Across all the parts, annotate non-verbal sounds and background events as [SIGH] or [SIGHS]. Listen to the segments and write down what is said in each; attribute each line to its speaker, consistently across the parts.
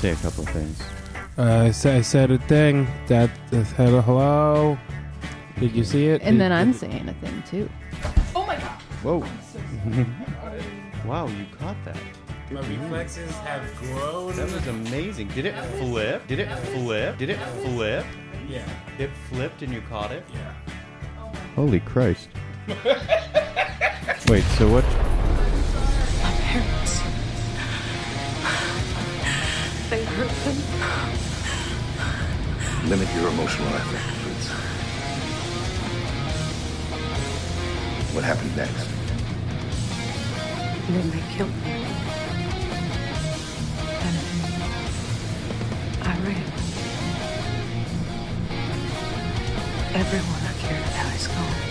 Speaker 1: say a couple of things.
Speaker 2: Uh, I, said, I said a thing that I said a hello. Did you see it?
Speaker 3: And
Speaker 2: Did-
Speaker 3: then I'm
Speaker 2: did-
Speaker 3: saying a thing too.
Speaker 1: Whoa! [LAUGHS] wow, you caught that.
Speaker 4: My reflexes have grown.
Speaker 1: That was amazing. Did it flip? Did it flip? Did it flip?
Speaker 4: Yeah,
Speaker 1: It flipped and you caught it.
Speaker 4: yeah.
Speaker 1: Holy
Speaker 4: [LAUGHS]
Speaker 1: Christ! Wait. So what?
Speaker 5: They hurt them.
Speaker 6: Limit your emotional effort, please. What happened next?
Speaker 5: And then they killed me. And I ran. Everyone I cared about is gone.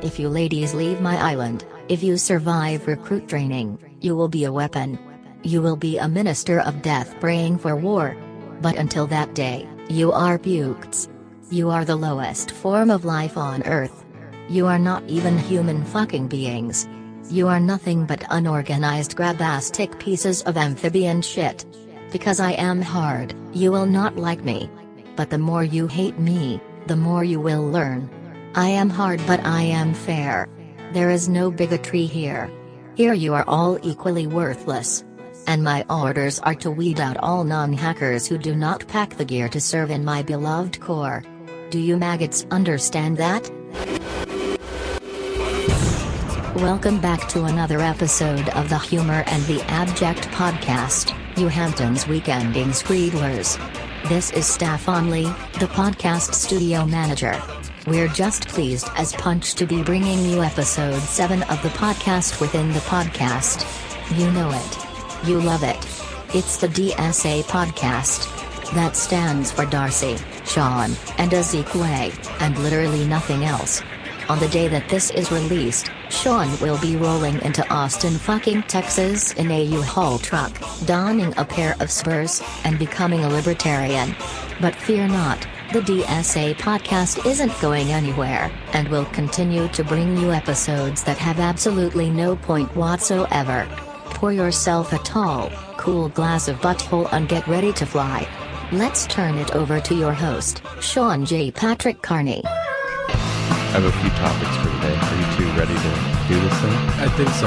Speaker 7: If you ladies leave my island, if you survive recruit training, you will be a weapon. You will be a minister of death praying for war. But until that day, you are pukes. You are the lowest form of life on earth. You are not even human fucking beings. You are nothing but unorganized grabastic pieces of amphibian shit. Because I am hard, you will not like me. But the more you hate me, the more you will learn. I am hard but I am fair. There is no bigotry here. Here you are all equally worthless. And my orders are to weed out all non hackers who do not pack the gear to serve in my beloved corps. Do you maggots understand that? Welcome back to another episode of the Humor and the Abject Podcast, New Hampton's Weekending Screedlers. This is Staff Onley, the podcast studio manager. We're just pleased as punch to be bringing you episode 7 of the podcast within the podcast. You know it. You love it. It's the DSA podcast. That stands for Darcy, Sean, and Ezekiel, and literally nothing else. On the day that this is released, Sean will be rolling into Austin fucking Texas in a U-Haul truck, donning a pair of spurs, and becoming a libertarian. But fear not, the DSA podcast isn't going anywhere, and will continue to bring you episodes that have absolutely no point whatsoever. Pour yourself a tall, cool glass of butthole and get ready to fly. Let's turn it over to your host, Sean J. Patrick Carney.
Speaker 1: I have a few topics for today. Are you two ready to do this thing?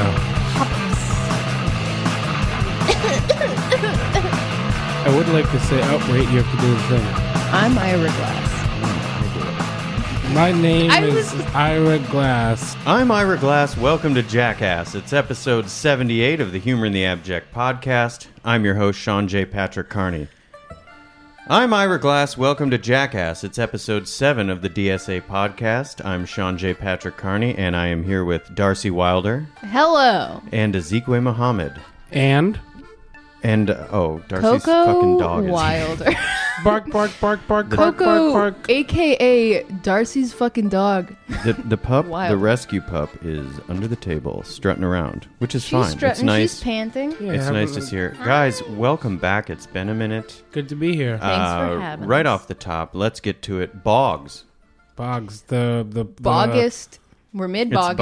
Speaker 2: I think
Speaker 3: [LAUGHS]
Speaker 2: so. I would like to say, oh wait, you have to do the thing.
Speaker 3: I'm Ira Glass.
Speaker 2: My name
Speaker 3: I
Speaker 2: is Ira Glass.
Speaker 1: I'm Ira Glass. Welcome to Jackass. It's episode 78 of the Humor in the Abject podcast. I'm your host, Sean J. Patrick Carney. I'm Ira Glass. Welcome to Jackass. It's episode 7 of the DSA podcast. I'm Sean J. Patrick Carney, and I am here with Darcy Wilder
Speaker 3: Hello.
Speaker 1: and Ezekiel Muhammad.
Speaker 2: And
Speaker 1: And, uh, oh, Darcy's fucking
Speaker 3: Coco
Speaker 1: dog is
Speaker 3: Wilder.
Speaker 2: bark, bark, bark, bark, bark,
Speaker 3: Coco,
Speaker 2: bark, bark.
Speaker 3: aka Darcy's fucking dog.
Speaker 1: [LAUGHS] The, the pup,
Speaker 3: Wild.
Speaker 1: the rescue pup, is under the table, strutting around, which is
Speaker 3: She's
Speaker 1: fine. it's
Speaker 3: strutting.
Speaker 1: nice.
Speaker 3: She's panting.
Speaker 2: Yeah,
Speaker 1: it's
Speaker 2: have
Speaker 1: nice
Speaker 2: a-
Speaker 1: to see her. Guys, welcome back. It's been a minute.
Speaker 2: Good to be here.
Speaker 3: Thanks
Speaker 1: Uh,
Speaker 3: for having
Speaker 1: right
Speaker 3: us.
Speaker 1: off the top, let's get to it. Boggs.
Speaker 2: Boggs, the the the-
Speaker 3: Boggist. We're mid
Speaker 1: Uh, It's
Speaker 3: Boggist.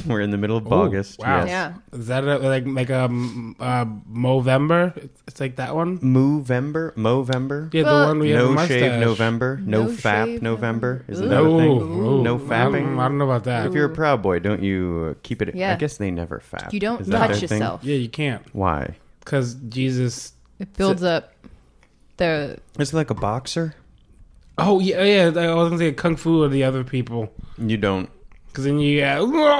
Speaker 1: Boggist. [LAUGHS] We're in the middle of
Speaker 2: Ooh,
Speaker 1: Boggist.
Speaker 2: wow.
Speaker 1: Yes.
Speaker 3: Yeah.
Speaker 2: Is that a, like like um uh, Movember? It's- It's like that one.
Speaker 1: Movember? Movember?
Speaker 2: Yeah,
Speaker 3: Well-
Speaker 2: the one we have a
Speaker 1: No
Speaker 2: mustache.
Speaker 1: shave November. No,
Speaker 3: No
Speaker 1: fap
Speaker 3: shave
Speaker 1: November.
Speaker 3: November.
Speaker 1: Isn't that
Speaker 2: No,
Speaker 1: a thing?
Speaker 2: ooh,
Speaker 1: No
Speaker 2: I don't- I
Speaker 1: fapping.
Speaker 2: don't know about that.
Speaker 1: If you're a proud boy, don't you uh, keep it? I
Speaker 3: Yeah.
Speaker 1: guess they never fap.
Speaker 3: You don't
Speaker 1: Is that
Speaker 3: touch
Speaker 1: their thing?
Speaker 3: yourself.
Speaker 2: Yeah, you can't
Speaker 1: Why?
Speaker 2: because Jesus.
Speaker 3: It builds up the
Speaker 1: It's like a boxer.
Speaker 2: Oh yeah, yeah. I was gonna say kung fu or the other people
Speaker 1: You don't.
Speaker 2: because then you uh, "Roar!"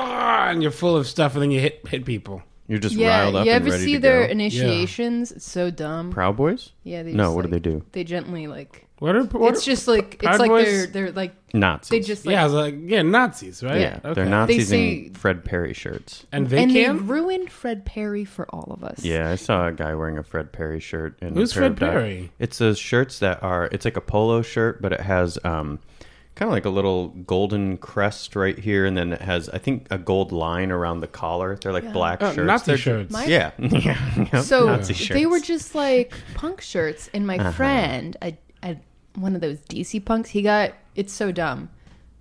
Speaker 2: and you're full of stuff and then you hit hit people.
Speaker 1: You're just
Speaker 3: yeah.
Speaker 1: riled up
Speaker 3: you
Speaker 1: and
Speaker 3: ever
Speaker 1: ready
Speaker 3: see
Speaker 1: to
Speaker 3: their
Speaker 1: go.
Speaker 3: initiations? It's so dumb.
Speaker 1: Proud boys?
Speaker 3: Yeah. They
Speaker 1: no,
Speaker 3: just,
Speaker 1: what do
Speaker 3: like-
Speaker 1: they do?
Speaker 3: They gently like.
Speaker 2: What are what
Speaker 3: it's
Speaker 2: are-
Speaker 3: just like
Speaker 2: Proud
Speaker 3: it's like
Speaker 2: Boys?
Speaker 3: they're they're like
Speaker 1: Nazis.
Speaker 3: they just like
Speaker 2: yeah, I was like Oh, yeah, Nazis, right?
Speaker 1: yeah,
Speaker 2: Okay.
Speaker 1: they're Nazis
Speaker 3: They
Speaker 1: in
Speaker 3: say-
Speaker 1: Fred Perry shirts.
Speaker 2: and they
Speaker 3: and
Speaker 2: can.
Speaker 3: they ruined Fred Perry for all of us.
Speaker 1: Yeah, I saw a guy wearing a Fred Perry shirt. And
Speaker 2: Who's
Speaker 1: a pair of
Speaker 2: Fred
Speaker 1: di-
Speaker 2: Perry?
Speaker 1: It's those shirts that are. It's like a polo shirt, but it has um, kind of like a little golden crest right here, and then it has I think a gold line around the collar. They're like black
Speaker 2: Oh,
Speaker 1: shirts.
Speaker 2: Nazi
Speaker 1: They're-
Speaker 2: shirts.
Speaker 3: My-
Speaker 1: Yeah, [LAUGHS] yeah, yep,
Speaker 3: So
Speaker 1: Oh, Nazi
Speaker 3: they
Speaker 1: shirts. Uh-huh.
Speaker 3: were just like punk shirts, and my friend, a, a, one of those DC punks, he got it's so dumb.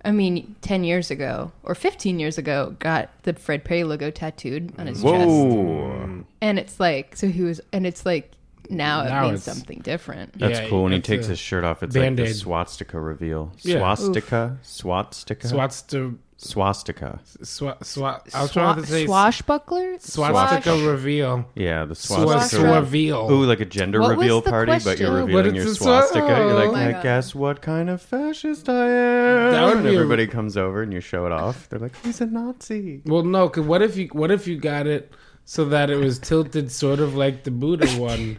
Speaker 3: I mean, 10 years ago or 15 years ago, got the Fred Perry logo tattooed on his chest.
Speaker 1: Whoa,
Speaker 3: And it's like, so he was, and it's like, now it
Speaker 2: Now
Speaker 3: means
Speaker 2: it's-
Speaker 3: something different.
Speaker 1: that's
Speaker 2: Yeah,
Speaker 1: cool. When he
Speaker 2: that's
Speaker 1: takes
Speaker 2: a
Speaker 1: his shirt off, it's like the
Speaker 2: Band-Aid.
Speaker 1: swastika reveal.
Speaker 2: Yeah.
Speaker 1: Swastika, swastika,
Speaker 2: Swastika.
Speaker 1: swastika.
Speaker 2: Swa, swa, I was trying to say
Speaker 3: swashbuckler?
Speaker 2: swastika
Speaker 3: Swash-
Speaker 2: reveal.
Speaker 1: Yeah, the
Speaker 2: Swastika
Speaker 1: swastika. reveal.
Speaker 2: reveal.
Speaker 1: Ooh, like a gender
Speaker 3: What was
Speaker 1: reveal
Speaker 3: the
Speaker 1: party, but you're
Speaker 3: question?
Speaker 2: What
Speaker 1: revealing your
Speaker 2: is the
Speaker 1: swastika. You're
Speaker 2: song?
Speaker 1: like,
Speaker 2: Oh
Speaker 3: my
Speaker 1: I
Speaker 3: God.
Speaker 1: guess what kind of fascist I am.
Speaker 2: That would
Speaker 1: and
Speaker 2: be a-
Speaker 1: everybody comes over and you show it off. They're like, he's a
Speaker 2: [LAUGHS]
Speaker 1: Nazi. [LAUGHS]
Speaker 2: Well, no, 'cause what if you what if you got it so that it was tilted sort of like the Buddha one?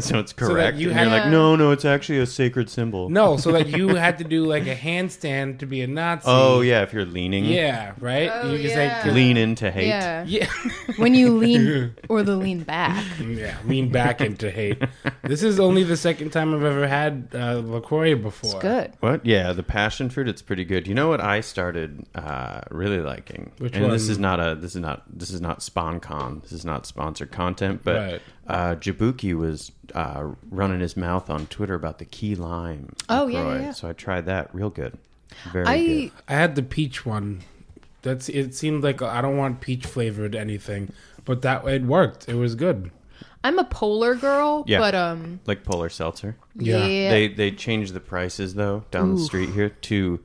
Speaker 1: so it's correct.
Speaker 2: you
Speaker 1: and you're
Speaker 2: have-
Speaker 1: like, no, no, it's actually a sacred symbol.
Speaker 2: No, so that you had to do like a handstand to be a Nazi.
Speaker 1: Oh yeah, if you're leaning,
Speaker 2: yeah, right.
Speaker 3: Oh,
Speaker 2: you
Speaker 3: yeah.
Speaker 1: lean into hate.
Speaker 3: Yeah.
Speaker 2: yeah,
Speaker 3: When you lean or the lean back.
Speaker 2: [LAUGHS] yeah. Lean back into hate. This is only the second time I've ever had uh, LaCroix before.
Speaker 3: It's good.
Speaker 1: What? Yeah, the passion fruit. It's pretty good. You know what I started uh, really liking,
Speaker 2: Which
Speaker 1: and this
Speaker 2: one?
Speaker 1: is not a this is not this is not SpawnCon. This is not sponsored content, but
Speaker 2: Right.
Speaker 1: uh, Jabuki was uh, running his mouth on Twitter about the key lime.
Speaker 3: Oh, yeah,
Speaker 1: LaCroix.
Speaker 3: yeah, yeah.
Speaker 1: So I tried that. Real good. Very
Speaker 3: I,
Speaker 1: good.
Speaker 2: I had the peach one. That's it. Seemed like I don't want peach flavored anything, but that it worked. It was good.
Speaker 3: I'm a polar girl,
Speaker 1: Yeah.
Speaker 3: but, um,
Speaker 1: Like Polar Seltzer.
Speaker 2: Yeah.
Speaker 3: yeah.
Speaker 1: They they changed the prices though down the street here to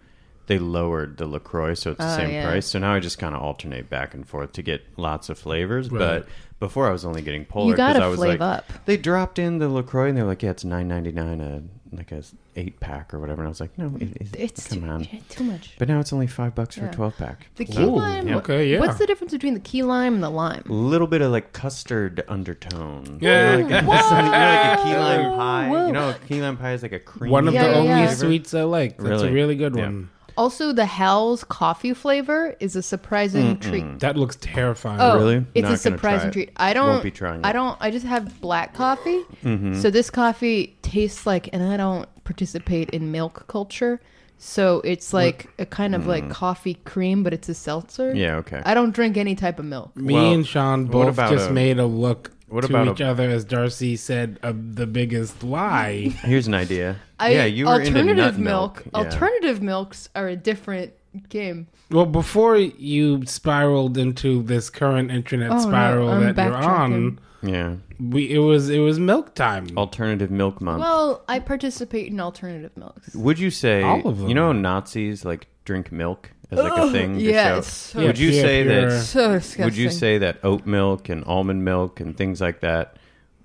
Speaker 1: they lowered the Lacroix, so it's the
Speaker 3: Oh,
Speaker 1: same
Speaker 3: yeah.
Speaker 1: price. So now I just kind of alternate back and forth to get lots of flavors.
Speaker 2: Right.
Speaker 1: But before I was only getting Polar
Speaker 3: gotta
Speaker 1: I was
Speaker 3: flave
Speaker 1: like,
Speaker 3: up.
Speaker 1: they dropped in the Lacroix and they were like, yeah, it's nine ninety nine a like a eight pack or whatever. And I was like, no, it, it,
Speaker 3: it's
Speaker 1: come
Speaker 3: too,
Speaker 1: on.
Speaker 3: too much.
Speaker 1: But now it's only five bucks for
Speaker 3: Yeah.
Speaker 1: a twelve pack.
Speaker 3: The key
Speaker 1: So,
Speaker 3: lime.
Speaker 1: yeah.
Speaker 2: Okay, yeah.
Speaker 3: What's the difference between the key lime and the lime?
Speaker 1: Little bit of like custard undertone.
Speaker 2: Yeah.
Speaker 1: like, [LAUGHS] you know, like a key lime pie. You know, a key lime pie is like a cream.
Speaker 2: One of
Speaker 3: Yeah,
Speaker 2: the
Speaker 3: yeah,
Speaker 2: only
Speaker 3: yeah.
Speaker 2: sweets I like. That's
Speaker 1: Really?
Speaker 2: a really good
Speaker 1: Yeah.
Speaker 2: one.
Speaker 3: Also, the Howl's coffee flavor is a surprising treat.
Speaker 2: That looks terrifying.
Speaker 3: Oh,
Speaker 1: Really? Not
Speaker 3: It's
Speaker 1: gonna
Speaker 3: a surprising
Speaker 1: try it.
Speaker 3: treat. I don't.
Speaker 1: Won't be trying it. Mm-hmm.
Speaker 3: I don't. I just have black coffee. So this coffee tastes like, and I don't participate in milk culture. So it's like a kind of like coffee cream, but it's a seltzer.
Speaker 1: Mm. Yeah, okay.
Speaker 3: I don't drink any type of milk.
Speaker 2: Me
Speaker 1: Well,
Speaker 2: and Sean
Speaker 1: what
Speaker 2: both
Speaker 1: about
Speaker 2: just
Speaker 1: a-
Speaker 2: made a look
Speaker 1: what
Speaker 2: to
Speaker 1: about a-
Speaker 2: each other as Darcy said uh, the biggest lie. [LAUGHS]
Speaker 1: Here's an idea.
Speaker 3: I,
Speaker 1: yeah, you were into nut milk. Yeah.
Speaker 3: Alternative milks are a different game.
Speaker 2: well, before you spiraled into this current internet
Speaker 3: Oh, no,
Speaker 2: spiral
Speaker 3: I'm
Speaker 2: that you're on,
Speaker 1: Yeah.
Speaker 2: we, it was it was milk time.
Speaker 1: Oh. Alternative milk month.
Speaker 3: Well, I participate in alternative milks.
Speaker 1: Would you say
Speaker 2: All of them.
Speaker 1: you know how Nazis like drink milk as like a thing? to
Speaker 3: yeah,
Speaker 1: show-
Speaker 3: it's so-
Speaker 1: would you
Speaker 2: Yeah,
Speaker 1: say
Speaker 2: pure-
Speaker 1: that?
Speaker 3: So disgusting.
Speaker 1: Would you say that oat milk and almond milk and things like that,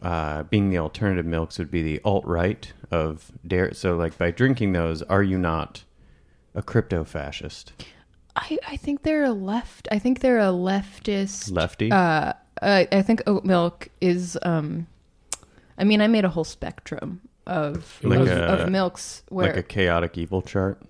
Speaker 1: uh, being the alternative milks, would be the alt right of dare? So like by drinking those, are you not a crypto fascist
Speaker 3: I, I think they're a left. I think they're a leftist.
Speaker 1: lefty?
Speaker 3: Uh, I, I think oat milk is. Um, I mean, I made a whole spectrum of
Speaker 1: Like
Speaker 3: of,
Speaker 1: a-
Speaker 3: of milks
Speaker 1: like a
Speaker 3: where
Speaker 1: chaotic evil chart.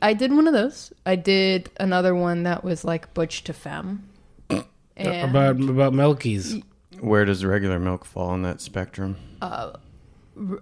Speaker 3: I did one of those. I did another one that was like butch to femme. And
Speaker 2: Uh, about about Milkies.
Speaker 1: Where does regular milk fall in that spectrum?
Speaker 3: uh,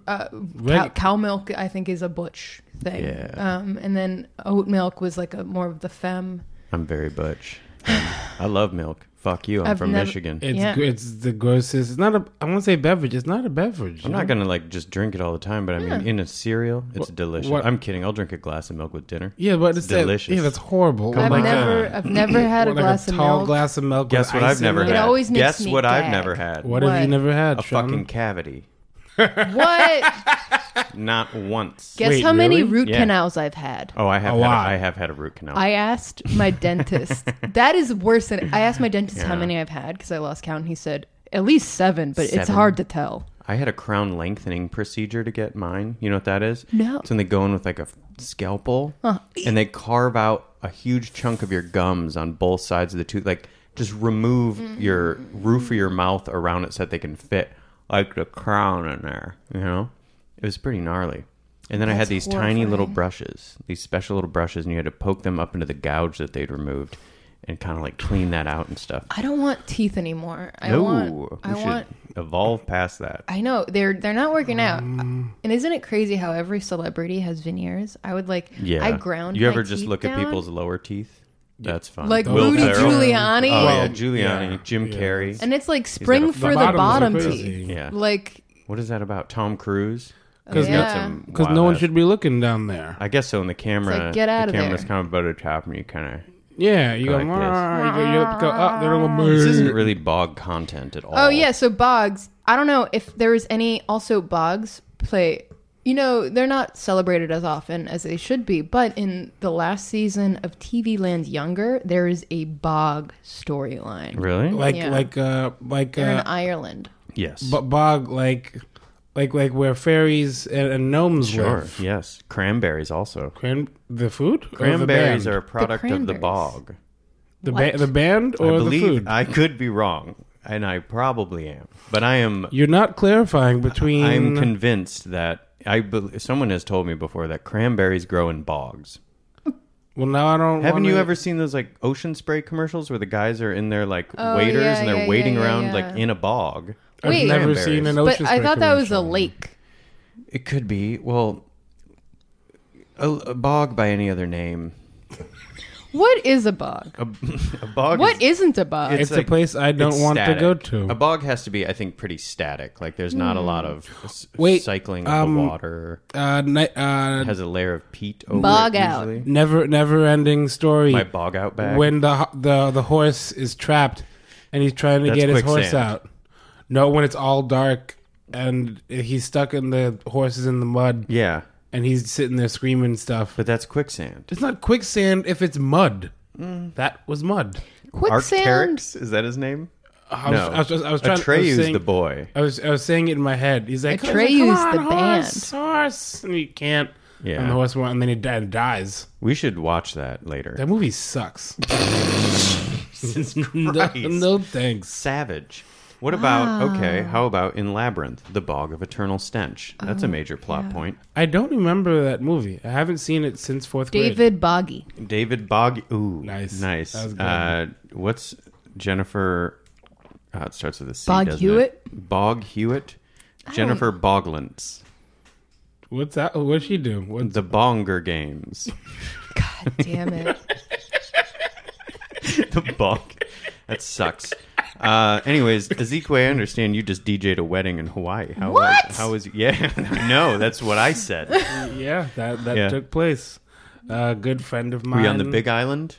Speaker 3: cow,
Speaker 2: Reg-
Speaker 3: cow milk, I think, is a butch thing.
Speaker 1: Yeah.
Speaker 3: Um, and then oat milk was like a more of the femme.
Speaker 1: I'm very butch. Um, I love milk. Fuck you. I'm
Speaker 3: I've
Speaker 1: from
Speaker 3: never-
Speaker 1: Michigan.
Speaker 2: it's
Speaker 3: yeah.
Speaker 2: gr- it's the grossest. It's not a. I won't say beverage. It's not a beverage.
Speaker 1: I'm not gonna like just drink it all the time, but I mean, in a cereal, it's delicious.
Speaker 2: what-
Speaker 1: I'm kidding. I'll drink a glass of milk with dinner.
Speaker 2: Yeah, but it's, delicious.
Speaker 1: delicious.
Speaker 2: yeah, that's horrible.
Speaker 1: Come
Speaker 3: I've
Speaker 1: my on.
Speaker 3: never,
Speaker 1: God.
Speaker 3: I've never had a
Speaker 2: What, Oh like
Speaker 3: glass of
Speaker 2: tall
Speaker 3: milk.
Speaker 2: glass of milk.
Speaker 1: Guess
Speaker 2: with
Speaker 1: what
Speaker 2: ice
Speaker 1: I've
Speaker 2: in
Speaker 1: never
Speaker 2: it?
Speaker 3: It
Speaker 1: had.
Speaker 3: always makes
Speaker 1: Guess
Speaker 3: me
Speaker 1: what I've
Speaker 3: gag.
Speaker 1: never had.
Speaker 2: What, have you
Speaker 3: What?
Speaker 2: never had?
Speaker 1: A
Speaker 2: Sean?
Speaker 1: fucking cavity.
Speaker 2: [LAUGHS]
Speaker 3: What?
Speaker 1: Not once.
Speaker 3: Guess
Speaker 2: Wait,
Speaker 3: how many
Speaker 2: really?
Speaker 3: root
Speaker 1: Yeah.
Speaker 3: canals I've had.
Speaker 1: Oh, I have. Had a,
Speaker 2: A lot.
Speaker 1: I have had a root canal.
Speaker 3: I asked
Speaker 1: [LAUGHS]
Speaker 3: my dentist. that is worse than I asked my dentist how many I've had because I lost count. And he said at least seven, but it's
Speaker 1: Seven.
Speaker 3: hard to tell.
Speaker 1: I had a crown lengthening procedure to get mine. You know what that is?
Speaker 3: No.
Speaker 1: It's when they go in with like a f- scalpel and they carve out a huge chunk of your gums on both sides of the tooth. Like, just remove
Speaker 3: Mm-hmm.
Speaker 1: your roof of your mouth around it so that they can fit like the crown in there. You know? It was pretty gnarly. And then I had these tiny little brushes, these special little brushes, and you had to poke them up into the gouge that they'd removed and kind of like clean that out and stuff.
Speaker 3: I don't want teeth anymore. I want.
Speaker 1: we
Speaker 3: I
Speaker 1: should
Speaker 3: want.
Speaker 1: evolve past that.
Speaker 3: I know they're they're not working out.
Speaker 1: Um.
Speaker 3: And isn't it crazy how every celebrity has veneers? I would like.
Speaker 1: Yeah.
Speaker 3: I ground.
Speaker 1: You
Speaker 3: my
Speaker 1: ever just
Speaker 3: teeth
Speaker 1: look at
Speaker 3: down.
Speaker 1: people's lower teeth? That's fine.
Speaker 3: like
Speaker 2: Will
Speaker 3: Rudy
Speaker 2: Ferrell.
Speaker 1: Oh
Speaker 3: Giuliani,
Speaker 1: yeah,
Speaker 2: Well,
Speaker 1: Giuliani,
Speaker 2: yeah,
Speaker 1: Jim
Speaker 2: yeah.
Speaker 1: Carrey.
Speaker 3: and it's like spring
Speaker 1: The
Speaker 3: for the bottom
Speaker 2: bottoms are
Speaker 3: teeth.
Speaker 2: crazy.
Speaker 1: Yeah.
Speaker 3: Like
Speaker 1: What is that about? Tom Cruise.
Speaker 2: 'Cause
Speaker 1: He's got
Speaker 3: Oh, yeah.
Speaker 1: some
Speaker 2: because
Speaker 1: wild
Speaker 2: no one
Speaker 1: ass-
Speaker 2: should be looking down there.
Speaker 1: I guess so. In the camera,
Speaker 3: like, get outta
Speaker 1: the camera's
Speaker 3: there.
Speaker 1: kind of above the top, and you kind of
Speaker 2: Yeah, you go,
Speaker 1: Like this.
Speaker 2: "Wah," you go, you go up, they're all
Speaker 1: this
Speaker 2: "Brr."
Speaker 1: isn't really bog content at all.
Speaker 3: Oh yeah, so Boggs. I don't know if there was any also Boggs play. You know, they're not celebrated as often as they should be, but in the last season of TV Land Younger, there is a Bog storyline.
Speaker 1: really?
Speaker 2: like
Speaker 3: Yeah.
Speaker 2: like uh like
Speaker 3: They're in
Speaker 2: uh
Speaker 3: Ireland.
Speaker 1: yes.
Speaker 2: b- bog like like like where fairies and, and gnomes
Speaker 1: sure.
Speaker 2: live.
Speaker 1: Yes. Cranberries also.
Speaker 2: Cran- the food? Or the
Speaker 1: Cranberries
Speaker 2: band?
Speaker 1: are a product of the
Speaker 3: cranberries.
Speaker 1: bog.
Speaker 2: the
Speaker 3: What?
Speaker 2: ba- the band or
Speaker 1: I
Speaker 2: the
Speaker 1: believe
Speaker 2: food.
Speaker 1: I could be wrong, and I probably am, but I am.
Speaker 2: You're not clarifying between.
Speaker 1: I'm convinced that I. Be- someone has told me before that cranberries grow in bogs.
Speaker 2: well, now I don't.
Speaker 1: Haven't
Speaker 2: wanna-
Speaker 1: you ever seen those like ocean spray commercials where the guys are in their like
Speaker 3: Oh,
Speaker 1: waiters
Speaker 3: yeah,
Speaker 1: and they're
Speaker 3: yeah, yeah,
Speaker 1: waiting
Speaker 3: yeah,
Speaker 1: around
Speaker 3: yeah.
Speaker 1: like in a bog?
Speaker 2: I've
Speaker 3: Wait.
Speaker 2: never
Speaker 1: Cranberries.
Speaker 2: seen an
Speaker 3: But
Speaker 2: ocean.
Speaker 3: I
Speaker 2: Spray
Speaker 3: thought that was a
Speaker 2: commercial.
Speaker 3: lake.
Speaker 1: It could be. Well, a, a bog by any other name.
Speaker 3: What is a bog?
Speaker 1: A, [LAUGHS] a bog.
Speaker 3: What
Speaker 1: is?
Speaker 3: isn't a bog?
Speaker 2: It's a place I don't
Speaker 1: it's
Speaker 2: want to
Speaker 1: static.
Speaker 2: go to.
Speaker 1: A bog has to be, I think, pretty static. Like there's not a lot of s-
Speaker 2: Wait,
Speaker 1: cycling of
Speaker 2: um,
Speaker 1: the water.
Speaker 2: Uh, ni-
Speaker 1: It
Speaker 2: uh,
Speaker 1: has a layer of peat over
Speaker 3: Bog
Speaker 1: it
Speaker 3: out.
Speaker 1: usually.
Speaker 2: never never ending story.
Speaker 1: My bog out bag.
Speaker 2: when the ho- the the horse is trapped and he's trying to
Speaker 1: That's
Speaker 2: get his horse
Speaker 1: quicksand.
Speaker 2: out. No, when it's all dark and he's stuck in the horse is in the mud
Speaker 1: yeah,
Speaker 2: and he's sitting there screaming stuff.
Speaker 1: but that's quicksand.
Speaker 2: It's not quicksand if it's mud.
Speaker 1: Mm.
Speaker 2: That was mud.
Speaker 3: Quicksand.
Speaker 1: Arcteryx is that his name?
Speaker 2: I was,
Speaker 1: no,
Speaker 2: I was, I was trying. I was
Speaker 1: Atreus
Speaker 2: saying,
Speaker 1: the boy.
Speaker 2: I was I was saying it in my head. He's like
Speaker 3: Atreus
Speaker 2: "Come on,
Speaker 3: the
Speaker 2: horse, horse, and he can't.
Speaker 1: Yeah.
Speaker 2: and the horse won't, and then he di- dies.
Speaker 1: We should watch that later. [LAUGHS]
Speaker 2: That movie sucks. no,
Speaker 1: Christ.
Speaker 2: no thanks.
Speaker 1: Savage. What about okay? How about in Labyrinth, the Bog of Eternal Stench? That's
Speaker 3: Oh,
Speaker 1: a major plot point.
Speaker 2: I don't remember that movie. I haven't seen it since fourth grade.
Speaker 3: David Boggy.
Speaker 1: David Bog. Ooh,
Speaker 2: Nice.
Speaker 1: nice.
Speaker 2: That was good.
Speaker 1: Uh, what's Jennifer? Oh, it starts with a C.
Speaker 3: Bog
Speaker 1: doesn't
Speaker 3: Hewitt? Oh.
Speaker 1: It? Bog Hewitt. Jennifer Boglins.
Speaker 2: What's that? What'd she do? What,
Speaker 1: The Bonger Games.
Speaker 2: [LAUGHS]
Speaker 3: God damn it.
Speaker 1: [LAUGHS] the Bog. That sucks. Uh, anyways, Ezekiel, I understand you just DJ'd a wedding in Hawaii. How
Speaker 3: What?
Speaker 1: Was, how was? Yeah, [LAUGHS] I know. That's what I said.
Speaker 2: yeah, that that
Speaker 1: Yeah.
Speaker 2: took place. A good friend of
Speaker 1: Were
Speaker 2: mine.
Speaker 1: you on the Big Island?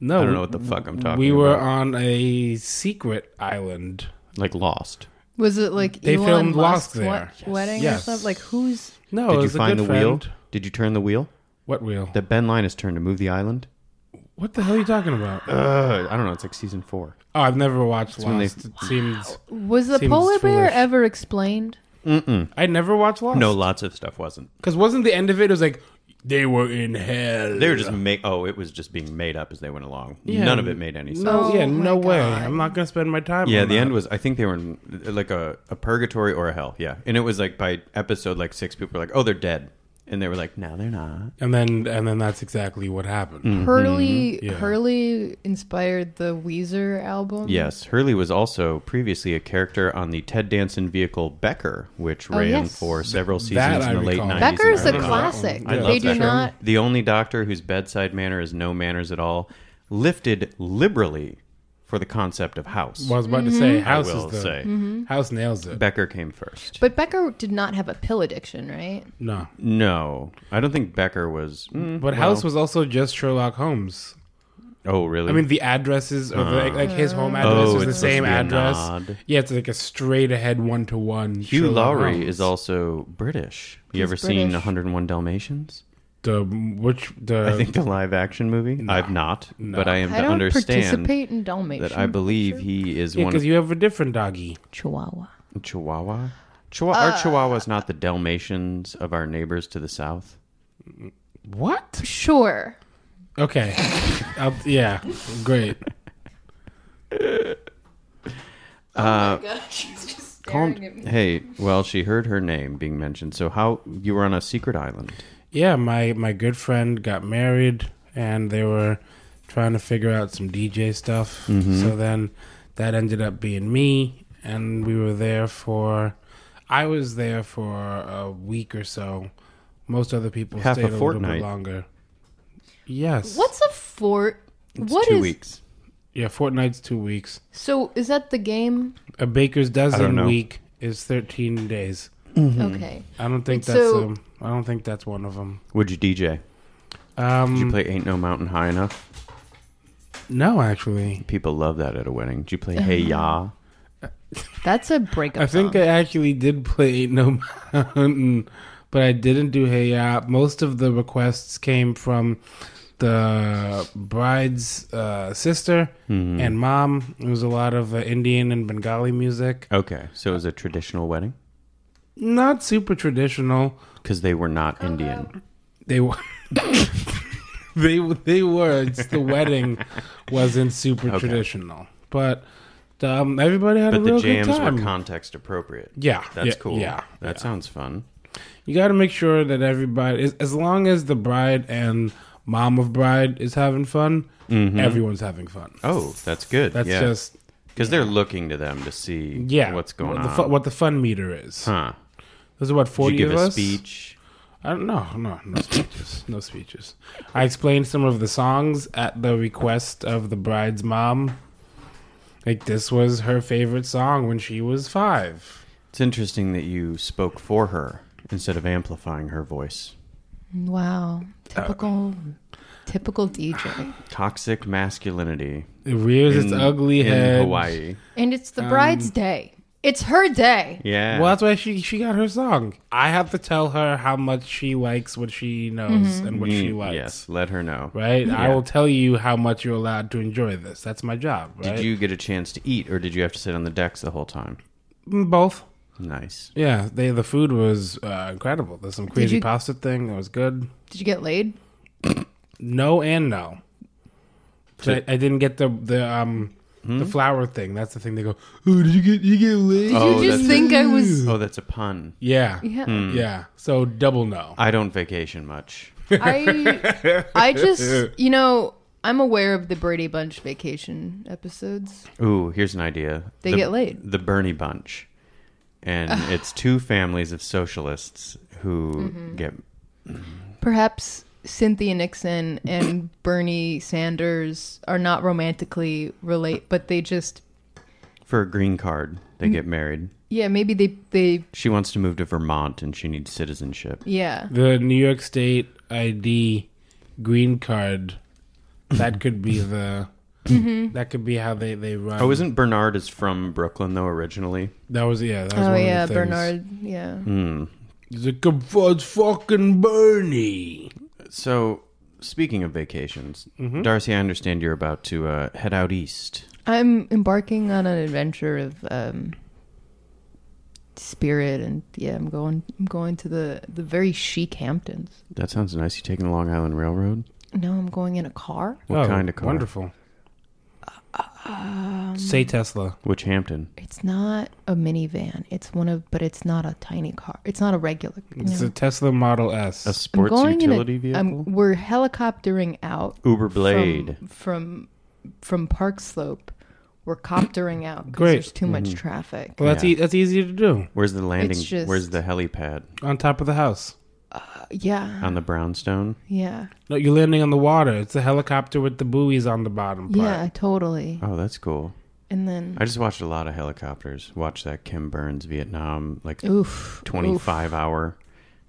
Speaker 2: No,
Speaker 1: I don't know what the fuck I'm talking
Speaker 2: Um, We were
Speaker 1: about.
Speaker 2: on a secret island.
Speaker 1: Like Lost.
Speaker 3: Was it like
Speaker 2: They
Speaker 3: Elon
Speaker 2: filmed Lost
Speaker 3: Musk's
Speaker 2: there.
Speaker 3: wa-
Speaker 2: Yes.
Speaker 3: wedding or
Speaker 2: Yes.
Speaker 3: something? Like who's
Speaker 2: No, Oh, it
Speaker 1: Did you
Speaker 2: was a
Speaker 1: find the
Speaker 2: good
Speaker 1: wheel?
Speaker 2: friend.
Speaker 1: Did you turn the wheel?
Speaker 2: What wheel?
Speaker 1: That Ben Linus turned to move the island.
Speaker 2: what the hell are you talking about?
Speaker 1: Uh, I don't know. It's like season four.
Speaker 2: Oh, I've never watched
Speaker 1: when they-
Speaker 2: Lost. It seems
Speaker 3: Was the
Speaker 2: Seems
Speaker 3: polar bear
Speaker 2: foolish.
Speaker 3: ever explained?
Speaker 2: I never watched Lost.
Speaker 1: No, lots of stuff wasn't.
Speaker 2: because wasn't the end of it? It was like they were in hell.
Speaker 1: They were just make. Oh, it was just being made up as they went along.
Speaker 2: Yeah.
Speaker 1: None of it made any sense.
Speaker 2: no,
Speaker 3: Oh
Speaker 2: yeah,
Speaker 3: my
Speaker 2: no way.
Speaker 3: God.
Speaker 2: I'm not gonna spend my time.
Speaker 1: Yeah,
Speaker 2: on
Speaker 1: the
Speaker 2: that.
Speaker 1: end was. I think they were in like a, a purgatory or a hell. Yeah, and it was like by episode like six people were like, oh, they're dead, and they were like, no, they're not.
Speaker 3: Mm-hmm.
Speaker 2: and then and then that's exactly what happened.
Speaker 1: Mm.
Speaker 3: Hurley
Speaker 1: Mm-hmm.
Speaker 2: Yeah.
Speaker 3: Hurley inspired the Weezer album.
Speaker 1: Yes, Hurley was also previously a character on the Ted Danson vehicle Becker, which
Speaker 3: Oh,
Speaker 1: ran
Speaker 3: yes.
Speaker 1: for several
Speaker 2: that
Speaker 1: seasons
Speaker 2: I
Speaker 1: in the late
Speaker 2: recall.
Speaker 1: nineties.
Speaker 3: Becker is a
Speaker 2: I love
Speaker 3: classic.
Speaker 2: that one. I
Speaker 3: they
Speaker 1: love
Speaker 3: do
Speaker 1: Becker.
Speaker 3: not.
Speaker 1: The only doctor whose bedside manner is no manners at all, lifted liberally for the concept of house.
Speaker 2: Well, I was about to say house
Speaker 1: will
Speaker 2: is the
Speaker 1: say.
Speaker 3: Mm-hmm.
Speaker 2: house nails it.
Speaker 1: Becker came first.
Speaker 3: But Becker did not have a pill addiction, right?
Speaker 2: no,
Speaker 1: no, I don't think Becker was. mm,
Speaker 2: but house was also just Sherlock Holmes.
Speaker 1: oh, really?
Speaker 2: I mean, the addresses of like, like his home address
Speaker 1: Oh,
Speaker 2: was the
Speaker 1: it's supposed to
Speaker 2: same
Speaker 1: be a
Speaker 2: address.
Speaker 1: nod.
Speaker 2: Yeah, it's like a straight ahead one to one.
Speaker 1: Hugh Lowry is also British. You ever seen
Speaker 3: British.
Speaker 1: 101 Dalmatians?
Speaker 2: the which the
Speaker 1: I think the live action movie. I've not, but I am
Speaker 3: I
Speaker 1: to
Speaker 3: don't
Speaker 1: understand
Speaker 3: participate in Dalmatian.
Speaker 1: that I believe he is
Speaker 2: yeah
Speaker 1: one of
Speaker 2: because you have a different doggy.
Speaker 3: Chihuahua.
Speaker 1: Chihuahua. Chihuahua.
Speaker 3: Uh,
Speaker 1: our Chihuahua's not the Dalmatians of our neighbors to the south.
Speaker 2: What?
Speaker 3: Sure.
Speaker 2: Okay. I'll- yeah, great.
Speaker 1: Calm- [LAUGHS] Hey, well, she heard her name being mentioned. So how you were on a secret island?
Speaker 2: Yeah, my my good friend got married, and they were trying to figure out some DJ stuff.
Speaker 1: Mm-hmm.
Speaker 2: So then that ended up being me, and we were there for. I was there for a week or so. Most other people
Speaker 1: Half a
Speaker 2: stayed a, little
Speaker 1: fortnight.
Speaker 2: bit longer. Yes.
Speaker 3: What's a fort? What is
Speaker 1: Two weeks.
Speaker 2: Yeah, fortnight's two weeks.
Speaker 3: So is that the game?
Speaker 2: A baker's dozen
Speaker 1: know.
Speaker 2: week is thirteen days.
Speaker 1: Mm-hmm.
Speaker 3: Okay.
Speaker 2: I don't think
Speaker 3: It's
Speaker 2: that's
Speaker 3: so-
Speaker 2: um, I don't think that's one of them.
Speaker 1: Would you DJ?
Speaker 2: Um,
Speaker 1: Did you play Ain't No Mountain High Enough?
Speaker 2: no, actually,
Speaker 1: People love that at a wedding. Did you play Hey
Speaker 3: Uh-huh.
Speaker 1: Ya?
Speaker 3: That's a breakup.
Speaker 2: I think
Speaker 3: song.
Speaker 2: I actually did play [LAUGHS] Ain't No Mountain, but I didn't do Hey Ya. Most of the requests came from the bride's uh, sister
Speaker 1: Hmm.
Speaker 2: and mom. It was a lot of uh, Indian and Bengali music.
Speaker 1: Okay, so it was a traditional wedding
Speaker 2: Not super traditional.
Speaker 1: because they were not
Speaker 3: Uh,
Speaker 1: Indian.
Speaker 2: They were. [LAUGHS] they they were. It's the wedding wasn't super traditional, but um, everybody had a
Speaker 1: But
Speaker 2: real
Speaker 1: the jams
Speaker 2: good time.
Speaker 1: were context appropriate.
Speaker 2: Yeah,
Speaker 1: That's
Speaker 2: yeah,
Speaker 1: cool.
Speaker 2: yeah,
Speaker 1: That sounds fun.
Speaker 2: you got to make sure that everybody, as, as long as the bride and mom of bride is having fun, everyone's having fun.
Speaker 1: Oh, that's good.
Speaker 2: That's
Speaker 1: Mm-hmm. yeah.
Speaker 2: just
Speaker 1: Because they're looking to them to see
Speaker 2: yeah.
Speaker 1: what's going
Speaker 2: what
Speaker 1: on.
Speaker 2: The fu- what the fun meter is.
Speaker 1: huh.
Speaker 2: There's about
Speaker 1: Did
Speaker 2: forty
Speaker 1: you give
Speaker 2: of
Speaker 1: a
Speaker 2: us.
Speaker 1: speech?
Speaker 2: I don't know. No, no speeches. no speeches. I explained some of the songs at the request of the bride's mom. Like this was her favorite song when she was five.
Speaker 1: It's interesting that you spoke for her instead of amplifying her voice.
Speaker 3: Wow. Typical. typical DJ.
Speaker 1: Toxic masculinity.
Speaker 2: It rears its
Speaker 1: in-
Speaker 2: ugly
Speaker 1: in
Speaker 2: head.
Speaker 1: Hawaii.
Speaker 3: And it's
Speaker 2: Um,
Speaker 3: the bride's day. It's her day.
Speaker 1: Yeah.
Speaker 2: Well, that's why she she got her song. I have to tell her how much she likes what she knows
Speaker 3: Mm-hmm.
Speaker 2: and what she
Speaker 1: Mm,
Speaker 2: likes.
Speaker 1: Yes, let her know.
Speaker 2: Right? I will tell you how much you're allowed to enjoy this. That's my job. Right?
Speaker 1: Did you get a chance to eat, or did you have to sit on the decks the whole time?
Speaker 2: Mm, both?
Speaker 1: Nice.
Speaker 2: Yeah, they the food was uh, incredible. There's some crazy
Speaker 3: you-
Speaker 2: pasta thing that was good.
Speaker 3: Did you get laid?
Speaker 2: No and no. So I, I didn't get the the um
Speaker 1: Hmm?
Speaker 2: the flower thing. That's the thing they go. Oh, did you get you get laid?
Speaker 1: Oh,
Speaker 3: you just
Speaker 1: that's
Speaker 3: think I was.
Speaker 1: Oh, that's a pun.
Speaker 2: Yeah,
Speaker 3: Yeah.
Speaker 1: Hmm.
Speaker 2: yeah. So double no.
Speaker 1: I don't vacation much.
Speaker 3: I
Speaker 2: [LAUGHS]
Speaker 3: I just you know I'm aware of the Brady Bunch vacation episodes.
Speaker 1: Ooh, here's an idea.
Speaker 3: They
Speaker 1: The-
Speaker 3: get laid.
Speaker 1: The Bernie Bunch.
Speaker 3: [LAUGHS]
Speaker 1: And it's two families of socialists who
Speaker 3: Mm-hmm.
Speaker 1: get.
Speaker 3: Perhaps Cynthia Nixon and Bernie Sanders are not romantically relate, but they just
Speaker 1: For a green card, they
Speaker 3: Mm-hmm.
Speaker 1: get married.
Speaker 3: yeah maybe they they
Speaker 1: She wants to move to Vermont and she needs citizenship.
Speaker 3: yeah
Speaker 2: The New York State ID green card. That
Speaker 1: [LAUGHS]
Speaker 2: could be the.
Speaker 3: Mm-hmm.
Speaker 2: That could be how they they run.
Speaker 1: Oh, isn't Bernard is from Brooklyn though originally?
Speaker 2: that was yeah? That was
Speaker 3: oh
Speaker 2: one
Speaker 3: yeah
Speaker 2: of the things. Hmm.
Speaker 3: Bernard yeah
Speaker 2: He's like, it's fucking Bernie.
Speaker 1: So speaking of vacations, Darcy, I understand you're about to uh, head out east.
Speaker 3: I'm embarking on an adventure of um spirit and yeah I'm going I'm going to the the very chic Hamptons.
Speaker 1: That sounds nice. You taking the Long Island Railroad?
Speaker 3: No, I'm going in a car.
Speaker 1: What kind of car?
Speaker 2: Oh, Wonderful.
Speaker 3: Uh, um,
Speaker 2: Say Tesla.
Speaker 1: Which Hampton?
Speaker 3: It's not a minivan. It's one of, but it's not a tiny car. It's not a regular.
Speaker 2: It's
Speaker 3: no.
Speaker 2: a Tesla Model S.
Speaker 1: A sports
Speaker 3: in a-
Speaker 1: utility vehicle?
Speaker 3: I'm- we're helicoptering out
Speaker 1: Uber Blade.
Speaker 3: from from, from Park Slope. We're coptering out because
Speaker 2: Great.
Speaker 3: there's too much
Speaker 1: Mm-hmm.
Speaker 3: traffic.
Speaker 2: well, that's
Speaker 1: Yeah.
Speaker 2: e- that's easy to do
Speaker 1: Where's the landing?
Speaker 3: It's just-
Speaker 1: Where's the helipad?
Speaker 2: on top of the house.
Speaker 3: Uh, Yeah,
Speaker 1: On the brownstone?
Speaker 3: yeah,
Speaker 2: No, you're landing on the water. It's a helicopter with the buoys on the bottom part.
Speaker 3: yeah, totally.
Speaker 1: Oh, that's cool.
Speaker 3: And then,
Speaker 1: I just watched a lot of helicopters. Watched that Kim Burns Vietnam like
Speaker 3: oof, oof.
Speaker 1: 25 hour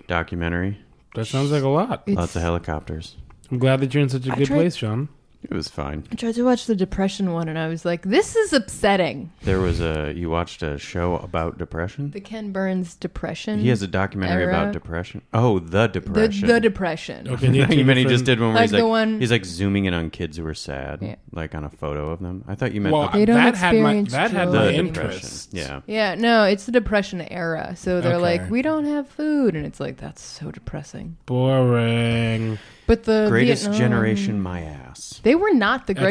Speaker 1: documentary.
Speaker 2: That sounds like a lot.
Speaker 3: It's-
Speaker 1: Lots of helicopters.
Speaker 2: I'm glad that you're in such a
Speaker 3: I
Speaker 2: good
Speaker 3: tried-
Speaker 1: [LAUGHS]
Speaker 2: place, Sean.
Speaker 1: It was fine.
Speaker 3: I tried to watch the depression one, and I was like, "This is upsetting."
Speaker 1: There was a you watched a show about depression?
Speaker 3: The Ken Burns depression.
Speaker 1: He has a documentary
Speaker 3: Era.
Speaker 1: about depression. Oh, the
Speaker 3: the,
Speaker 1: depression. [LAUGHS]
Speaker 3: the depression.
Speaker 2: Okay, they're
Speaker 1: I
Speaker 2: two
Speaker 1: think meant he
Speaker 2: different-
Speaker 1: just did one where
Speaker 3: Like
Speaker 1: he's like
Speaker 3: the one-
Speaker 1: he's like zooming in on kids who are sad,
Speaker 3: Yeah.
Speaker 1: like on a photo of them. I thought you meant
Speaker 2: Well,
Speaker 1: the,
Speaker 3: They don't
Speaker 2: that had my
Speaker 3: experience
Speaker 2: that had
Speaker 3: joy.
Speaker 1: the
Speaker 2: my
Speaker 3: depression.
Speaker 2: interest.
Speaker 1: Yeah,
Speaker 3: Yeah, no, it's the depression era. So they're
Speaker 2: Okay.
Speaker 3: like, we don't have food, and it's like that's so depressing.
Speaker 2: Boring.
Speaker 3: But the
Speaker 1: greatest
Speaker 3: Vietnam-
Speaker 1: generation, my ass.
Speaker 3: they were not the
Speaker 2: That's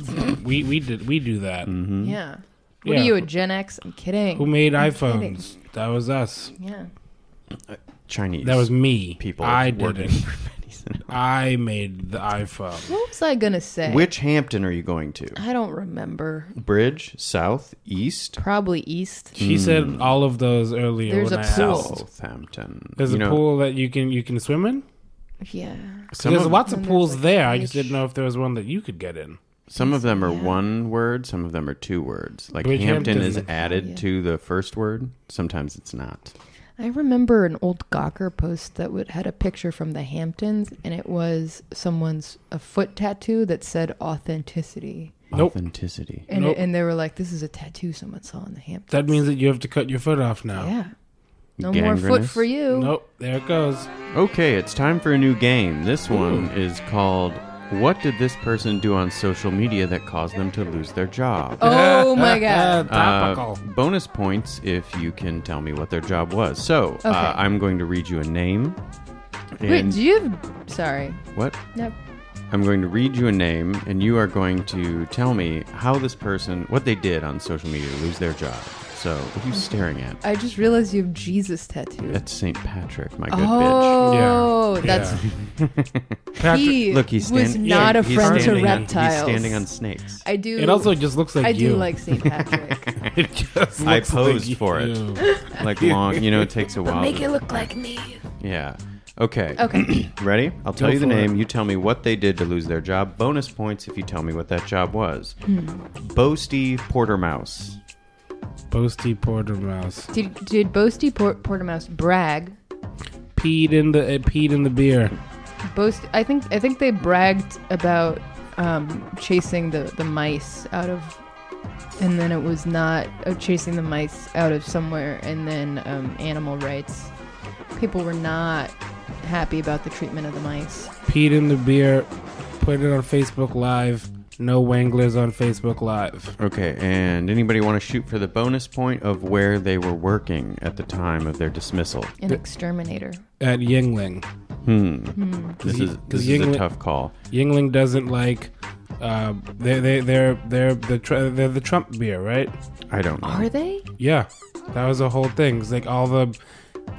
Speaker 3: greatest.
Speaker 2: us. we we did we do that.
Speaker 1: Mm-hmm.
Speaker 3: Yeah. What
Speaker 2: Yeah.
Speaker 3: are you a Gen X? I'm kidding.
Speaker 2: Who made
Speaker 3: I'm kidding.
Speaker 2: iPhones? That was us.
Speaker 3: Yeah.
Speaker 1: Chinese.
Speaker 2: That was me.
Speaker 1: people.
Speaker 2: I did
Speaker 1: working
Speaker 2: it.
Speaker 1: for pennies an hour.
Speaker 2: I made the iPhone.
Speaker 3: What was I gonna say?
Speaker 1: Which Hampton are you going to?
Speaker 3: I don't remember.
Speaker 1: Bridge, south, east,
Speaker 3: Probably East.
Speaker 2: She
Speaker 1: Hmm.
Speaker 2: said all of those earlier.
Speaker 3: There's
Speaker 2: when
Speaker 3: a
Speaker 2: I asked.
Speaker 3: pool.
Speaker 1: Southampton.
Speaker 2: There's
Speaker 1: You
Speaker 2: a
Speaker 1: know,
Speaker 2: pool that you can you can swim in.
Speaker 3: Yeah.
Speaker 1: Some
Speaker 2: there's
Speaker 1: of,
Speaker 2: lots of
Speaker 3: And there's,
Speaker 2: pools
Speaker 3: like,
Speaker 2: there. I just
Speaker 3: beach.
Speaker 2: didn't know if there was one that you could get in.
Speaker 1: some of them are one word, some of them are two words. Like Hampton,
Speaker 2: Bridgehampton.
Speaker 1: is added to the first word. Sometimes it's not.
Speaker 3: I remember an old Gawker post that would, had a picture from the Hamptons, and it was someone's a foot tattoo that said authenticity,
Speaker 2: Nope.
Speaker 1: Authenticity.
Speaker 3: and
Speaker 2: Nope.
Speaker 3: and they were like, "This is a tattoo someone saw in the Hamptons."
Speaker 2: That means that you have to cut your foot off
Speaker 1: Oh.
Speaker 2: now.
Speaker 3: yeah, no more foot
Speaker 1: Gangrenous.
Speaker 3: for you.
Speaker 2: Nope, there it goes.
Speaker 1: Okay, it's time for a new game. This one is called What Did This Person Do on Social Media That Caused Them to Lose Their Job?
Speaker 3: [LAUGHS]
Speaker 1: [LAUGHS]
Speaker 2: [LAUGHS]
Speaker 3: Oh my god!
Speaker 1: Uh,
Speaker 2: Topical.
Speaker 1: bonus points if you can tell me what their job was. So
Speaker 3: Okay.
Speaker 1: uh, I'm going to read you a name.
Speaker 3: Wait,
Speaker 1: And
Speaker 3: do you? Have, sorry,
Speaker 1: what?
Speaker 3: no.
Speaker 1: I'm going to read you a name, and you are going to tell me how this person, what they did on social media to lose their job. So what are you staring at?
Speaker 3: I just realized you have Jesus tattooed.
Speaker 1: That's St. Patrick, my good bitch.
Speaker 3: Oh,
Speaker 2: Yeah.
Speaker 3: that's
Speaker 2: Patrick-
Speaker 3: he.
Speaker 1: Look, he's
Speaker 3: was
Speaker 1: standing.
Speaker 3: not
Speaker 2: yeah,
Speaker 3: a
Speaker 1: he's
Speaker 3: friend to
Speaker 1: standing on-
Speaker 3: reptiles.
Speaker 1: he's standing on snakes. [LAUGHS]
Speaker 3: I do.
Speaker 2: It also just looks like
Speaker 3: I
Speaker 2: you.
Speaker 3: do like St. Patrick.
Speaker 2: it just
Speaker 1: I
Speaker 2: looks
Speaker 1: posed
Speaker 2: like
Speaker 1: for it.
Speaker 2: you.
Speaker 1: like long, you know, it takes a while.
Speaker 5: Make
Speaker 1: to-
Speaker 5: it look like me.
Speaker 1: Yeah. Okay.
Speaker 3: Okay.
Speaker 1: Ready? I'll tell
Speaker 2: Go
Speaker 1: you the
Speaker 2: for
Speaker 1: name. You tell me what they did to lose their job. Bonus points if you tell me what that job was.
Speaker 3: Hmm.
Speaker 1: Boasty Portermouse.
Speaker 2: Posty Portermouse.
Speaker 3: Did did Boasty Por- Portermouse brag?
Speaker 2: Peed in the it peed in the beer.
Speaker 3: Boast. I think I think they bragged about um, chasing the the mice out of, and then it was not uh, chasing the mice out of somewhere, and then um, animal rights. People were not happy about the treatment of the mice.
Speaker 2: Peed in the beer. Put it on Facebook Live. No Wanglers on Facebook Live.
Speaker 1: Okay, and anybody want to shoot for the bonus point of where they were working at the time of their dismissal?
Speaker 3: An exterminator.
Speaker 2: At Yingling.
Speaker 1: This
Speaker 2: Ye-
Speaker 1: is this is a
Speaker 2: Yingling-
Speaker 1: tough call.
Speaker 2: Yingling doesn't like. Uh, they they they're they're the tr- they're the Trump beer, right?
Speaker 1: I don't know.
Speaker 3: Are they?
Speaker 2: Yeah, that was a whole thing. It's like all the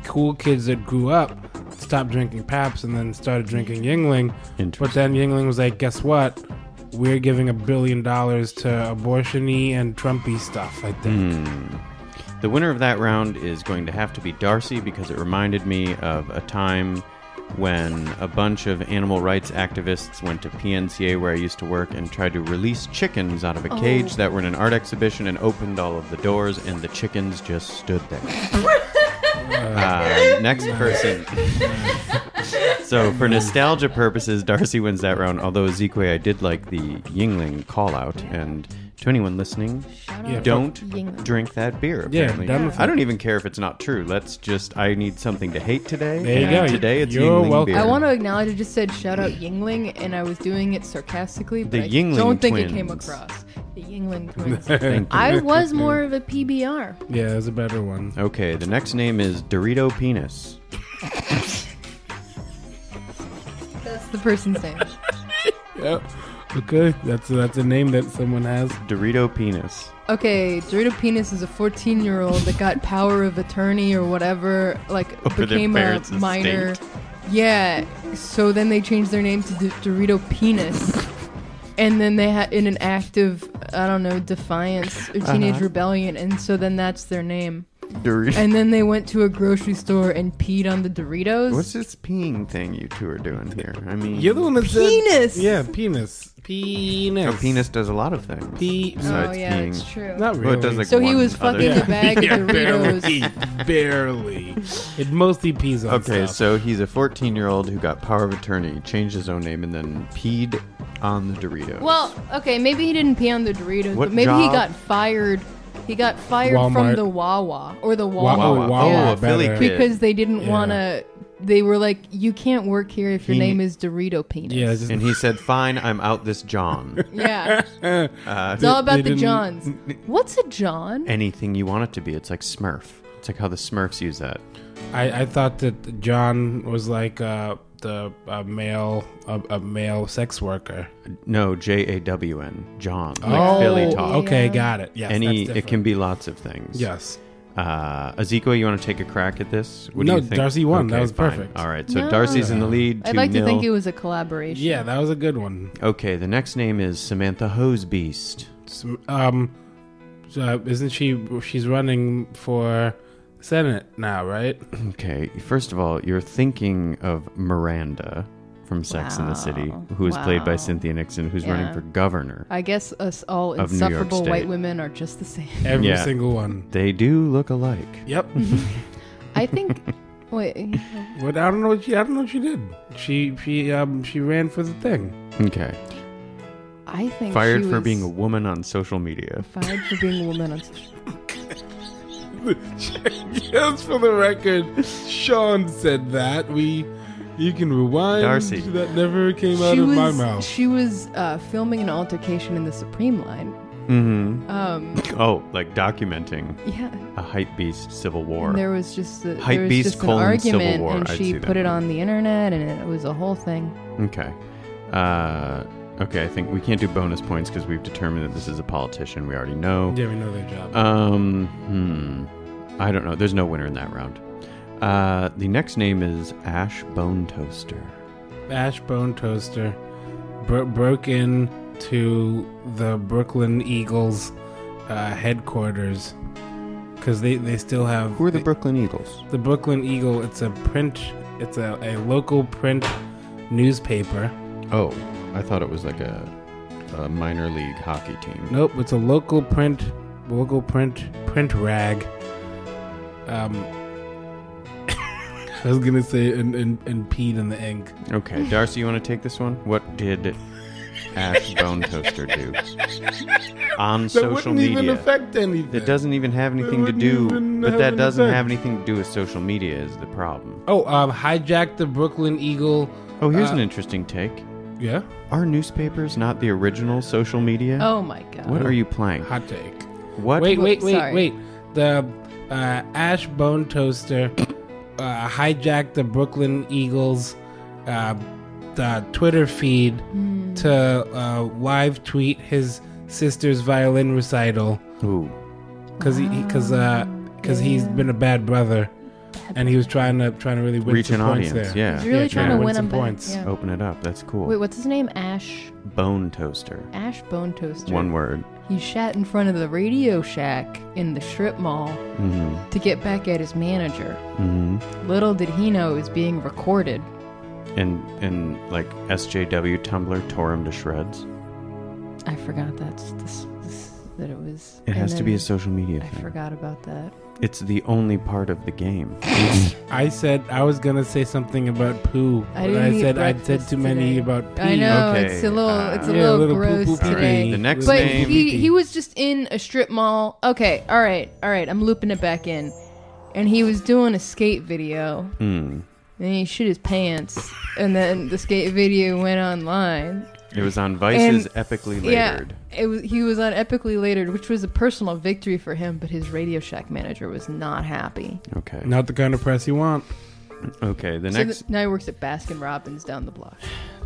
Speaker 2: cool kids that grew up stopped drinking Paps and then started drinking Yingling. But
Speaker 1: Interesting.
Speaker 2: then Yingling was like, guess what? We're giving a billion dollars to abortiony and Trumpy stuff. I
Speaker 1: Hmm.
Speaker 2: think
Speaker 1: The winner of that round is going to have to be Darcy because it reminded me of a time when a bunch of animal rights activists went to PNCA where I used to work and tried to release chickens out of a cage that were in an art exhibition and opened all of the doors and the chickens just stood there. Uh, next person. so for nostalgia purposes, Darcy wins that round. Although Ezekwe, I did like the Yingling call out, and to anyone listening,
Speaker 2: Yeah, fuck
Speaker 1: don't
Speaker 3: Yingling.
Speaker 1: drink that beer.
Speaker 2: Yeah,
Speaker 1: Apparently.
Speaker 2: done with
Speaker 1: I don't even care if it's not true. Let's just. I need something to hate today.
Speaker 2: There you
Speaker 1: and
Speaker 2: go.
Speaker 1: Today it's
Speaker 2: You're
Speaker 1: Yingling
Speaker 2: welcome.
Speaker 1: beer.
Speaker 3: I want to acknowledge I just said shout out Yingling, and I was doing it sarcastically, but
Speaker 1: The
Speaker 3: I
Speaker 1: Yingling
Speaker 3: don't think it came
Speaker 1: twins.
Speaker 3: across.
Speaker 1: [LAUGHS]
Speaker 3: The Yingling twins. I was more of a PBR.
Speaker 2: yeah, there's a better one.
Speaker 1: Okay, the next name is Dorito Penis.
Speaker 3: That's the person's name. [LAUGHS]
Speaker 1: Uh,
Speaker 2: Yep. Okay, that's that's a name that someone has.
Speaker 1: Dorito Penis.
Speaker 3: Okay, Dorito Penis is a 14 year old that got power of attorney or whatever, like
Speaker 1: Over their
Speaker 3: became a
Speaker 1: parents'
Speaker 3: minor.
Speaker 1: estate.
Speaker 3: Yeah, so then they changed their name to D- Dorito Penis. And then they had in an act of, I don't know, defiance
Speaker 1: Uh-huh.
Speaker 3: or teenage rebellion. And so then that's their name.
Speaker 1: Dorito.
Speaker 3: And then they went to a grocery store and peed on the Doritos.
Speaker 1: What's this peeing thing you two are doing here? I mean,
Speaker 2: You're the one that said
Speaker 3: Penis!
Speaker 2: Yeah, penis. Penis.
Speaker 1: a Oh, penis does a lot of things.
Speaker 2: Pe-
Speaker 3: oh,
Speaker 1: besides
Speaker 3: yeah,
Speaker 1: peeing.
Speaker 3: it's true.
Speaker 2: Not really.
Speaker 1: Well, it does like
Speaker 3: so he
Speaker 1: one
Speaker 3: was
Speaker 1: other
Speaker 3: fucking
Speaker 1: thing.
Speaker 3: a
Speaker 1: [LAUGHS]
Speaker 3: bag
Speaker 2: [LAUGHS]
Speaker 3: of
Speaker 2: Yeah,
Speaker 3: Doritos.
Speaker 2: barely, barely. It mostly pees on
Speaker 1: Okay,
Speaker 2: stuff.
Speaker 1: so he's a 14 year old who got power of attorney, changed his own name, and then peed on the Doritos.
Speaker 3: Well, okay, maybe he didn't pee on the Doritos,
Speaker 1: What
Speaker 3: but maybe he
Speaker 1: job?
Speaker 3: got fired. He got fired from
Speaker 2: Walmart.
Speaker 3: the Wawa or the Wawa,
Speaker 2: Wawa,
Speaker 1: Wawa.
Speaker 2: Wawa,
Speaker 1: Oh,
Speaker 3: Yeah.
Speaker 1: a Philly
Speaker 2: better.
Speaker 1: kid.
Speaker 3: because they didn't
Speaker 2: Yeah.
Speaker 3: want to. They were like, "You can't work here if your
Speaker 1: He-
Speaker 3: name is Dorito Penis."
Speaker 2: Yeah, it's just
Speaker 1: and he said, Fine, I'm out this
Speaker 2: [LAUGHS]
Speaker 1: John.
Speaker 3: Yeah.
Speaker 1: Uh,
Speaker 3: it's all
Speaker 2: they
Speaker 3: about the
Speaker 2: didn't-
Speaker 3: Johns. What's a John?
Speaker 1: Anything you want it to be. It's like Smurf. It's like how the Smurfs use that.
Speaker 2: I, I thought that John was like uh, the a male a, a male sex worker.
Speaker 1: No, J A W N, John. Like Philly talk.
Speaker 2: Okay, got it. Yes,
Speaker 1: Any,
Speaker 2: Oh, that's
Speaker 1: it can
Speaker 2: different.
Speaker 1: be lots of things.
Speaker 2: Yes,
Speaker 1: Uh, Ezekiel, you want to take a crack at this? What
Speaker 2: No,
Speaker 1: do you think?
Speaker 2: Darcy won. That was
Speaker 1: fine.
Speaker 2: perfect.
Speaker 1: All right, so
Speaker 3: No.
Speaker 1: Darcy's in the lead.
Speaker 3: I'd like to think it
Speaker 1: was.
Speaker 3: was a collaboration.
Speaker 2: yeah, that was a good one.
Speaker 1: Okay, the next name is Samantha Hosebeast.
Speaker 2: Some- Um, uh, isn't she? She's running for senate now, right?
Speaker 1: Okay, first of all, you're thinking of Miranda from Sex and the City,
Speaker 3: Wow.
Speaker 1: who is played by
Speaker 3: Wow.
Speaker 1: Cynthia Nixon, who's running
Speaker 3: Yeah.
Speaker 1: for governor.
Speaker 3: I guess us all
Speaker 1: Of New York
Speaker 3: insufferable
Speaker 1: State.
Speaker 2: [LAUGHS]
Speaker 3: white women are just the same.
Speaker 2: Every
Speaker 1: Yeah.
Speaker 2: single one.
Speaker 1: They do look alike.
Speaker 2: Yep.
Speaker 3: I I think. wait,
Speaker 2: What I don't know what she I don't know what she did. She she um she ran for the thing.
Speaker 1: Okay.
Speaker 3: I think
Speaker 1: Fired
Speaker 3: she
Speaker 1: for
Speaker 3: was
Speaker 1: being a woman on social media.
Speaker 3: fired for being a woman on social.
Speaker 2: Just for the record, Sean said that. We you can rewind
Speaker 1: Darcy.
Speaker 2: that never came out
Speaker 3: She
Speaker 2: of
Speaker 3: was
Speaker 2: my mouth.
Speaker 3: she was uh, filming an altercation in the Supreme line.
Speaker 1: Mm-hmm.
Speaker 3: Um,
Speaker 1: Oh, like documenting
Speaker 3: yeah,
Speaker 1: a hype beast civil war.
Speaker 3: and there was just a,
Speaker 1: Hype
Speaker 3: there was
Speaker 1: beast
Speaker 3: just an
Speaker 1: colon Civil
Speaker 3: argument,
Speaker 1: War,
Speaker 3: and
Speaker 1: I'd
Speaker 3: she
Speaker 1: see that
Speaker 3: put it
Speaker 1: one.
Speaker 3: on the internet, and it was a whole thing.
Speaker 1: Okay. Uh, okay, I think we can't do bonus points because we've determined that this is a politician we already know.
Speaker 2: yeah, we know their job.
Speaker 1: Um, hmm. I don't know. There's no winner in that round. Uh, the next name is Ash Bone Toaster.
Speaker 2: Ash Bone Toaster bro- broke in to the Brooklyn Eagles uh, headquarters because they, they still have
Speaker 1: Who are the Brooklyn Eagles?
Speaker 2: the Brooklyn Eagle. It's a print. It's a, a local print newspaper.
Speaker 1: Oh, I thought it was like a, a minor league hockey team.
Speaker 2: Nope, it's a local print, local print, print rag. Um, [LAUGHS] I was gonna say and and, and peed in the ink.
Speaker 1: Okay, Darcy, you want to take this one? What did Ash Bone Toaster do on
Speaker 2: That
Speaker 1: social
Speaker 2: wouldn't
Speaker 1: media?
Speaker 2: even affect anything.
Speaker 1: that doesn't even have anything to
Speaker 2: wouldn't
Speaker 1: do,
Speaker 2: even
Speaker 1: but
Speaker 2: have
Speaker 1: that
Speaker 2: an
Speaker 1: doesn't
Speaker 2: effect.
Speaker 1: have anything to do with social media is the problem.
Speaker 2: Oh, um, hijacked the Brooklyn Eagle.
Speaker 1: Oh, here's
Speaker 2: Uh,
Speaker 1: an interesting take.
Speaker 2: Yeah.
Speaker 1: Are newspapers not the original social media?
Speaker 3: Oh my god!
Speaker 1: What are you playing?
Speaker 2: Hot take.
Speaker 1: What?
Speaker 2: Wait, wait, wait,
Speaker 3: Sorry.
Speaker 2: wait. The uh, Ash Bone Toaster uh, hijacked the Brooklyn Eagles uh, the Twitter feed
Speaker 3: Hmm.
Speaker 2: to uh, live tweet his sister's violin recital
Speaker 1: Ooh.
Speaker 2: because he because
Speaker 3: Oh,
Speaker 2: because he's been a bad brother and he was trying to trying to really win
Speaker 1: Reach
Speaker 2: some
Speaker 1: an
Speaker 2: points
Speaker 1: audience,
Speaker 2: there.
Speaker 1: yeah.
Speaker 3: He's really
Speaker 2: Yeah,
Speaker 3: trying
Speaker 1: yeah.
Speaker 3: to
Speaker 2: Win
Speaker 3: win
Speaker 2: some
Speaker 3: them back.
Speaker 2: points.
Speaker 3: Yeah.
Speaker 1: Open it up. That's cool.
Speaker 3: Wait, what's his name? Ash
Speaker 1: Bone toaster.
Speaker 3: Ash Bone Toaster.
Speaker 1: One word.
Speaker 3: He sat in front of the Radio Shack in the strip mall
Speaker 1: Mm-hmm.
Speaker 3: to get back at his manager.
Speaker 1: Mm-hmm.
Speaker 3: Little did he know it was being recorded.
Speaker 1: And and like SJW Tumblr tore him to shreds.
Speaker 3: I forgot that's this, this, that it was.
Speaker 1: It
Speaker 3: and
Speaker 1: has to be
Speaker 3: then
Speaker 1: a social media
Speaker 3: I
Speaker 1: thing.
Speaker 3: forgot about that.
Speaker 1: It's the only part of the game.
Speaker 2: I said I was gonna say something about poo, but
Speaker 3: I didn't
Speaker 2: I
Speaker 3: eat
Speaker 2: said I'd said
Speaker 3: breakfast
Speaker 2: too many
Speaker 3: today.
Speaker 2: about pee.
Speaker 3: I know
Speaker 1: Okay,
Speaker 3: it's a little,
Speaker 1: uh,
Speaker 3: it's a
Speaker 2: Yeah,
Speaker 3: little,
Speaker 2: little
Speaker 3: gross
Speaker 2: poo-poo pee-pee.
Speaker 3: today.
Speaker 1: The next
Speaker 3: but
Speaker 1: name-
Speaker 3: he he was just in a strip mall. Okay, all right, all right. I'm looping it back in, and he was doing a skate video.
Speaker 1: Hmm.
Speaker 3: And he shit his pants, and then the skate video went online.
Speaker 1: It was on Vice's
Speaker 3: And-
Speaker 1: epically
Speaker 3: Yeah,
Speaker 1: layered.
Speaker 3: it was, he was on epically latered, which was a personal victory for him, but his Radio Shack manager was not happy.
Speaker 1: Okay.
Speaker 2: Not the kind of press you want.
Speaker 1: Okay. The
Speaker 3: So
Speaker 1: next
Speaker 3: th- now he works at Baskin Robbins down the block.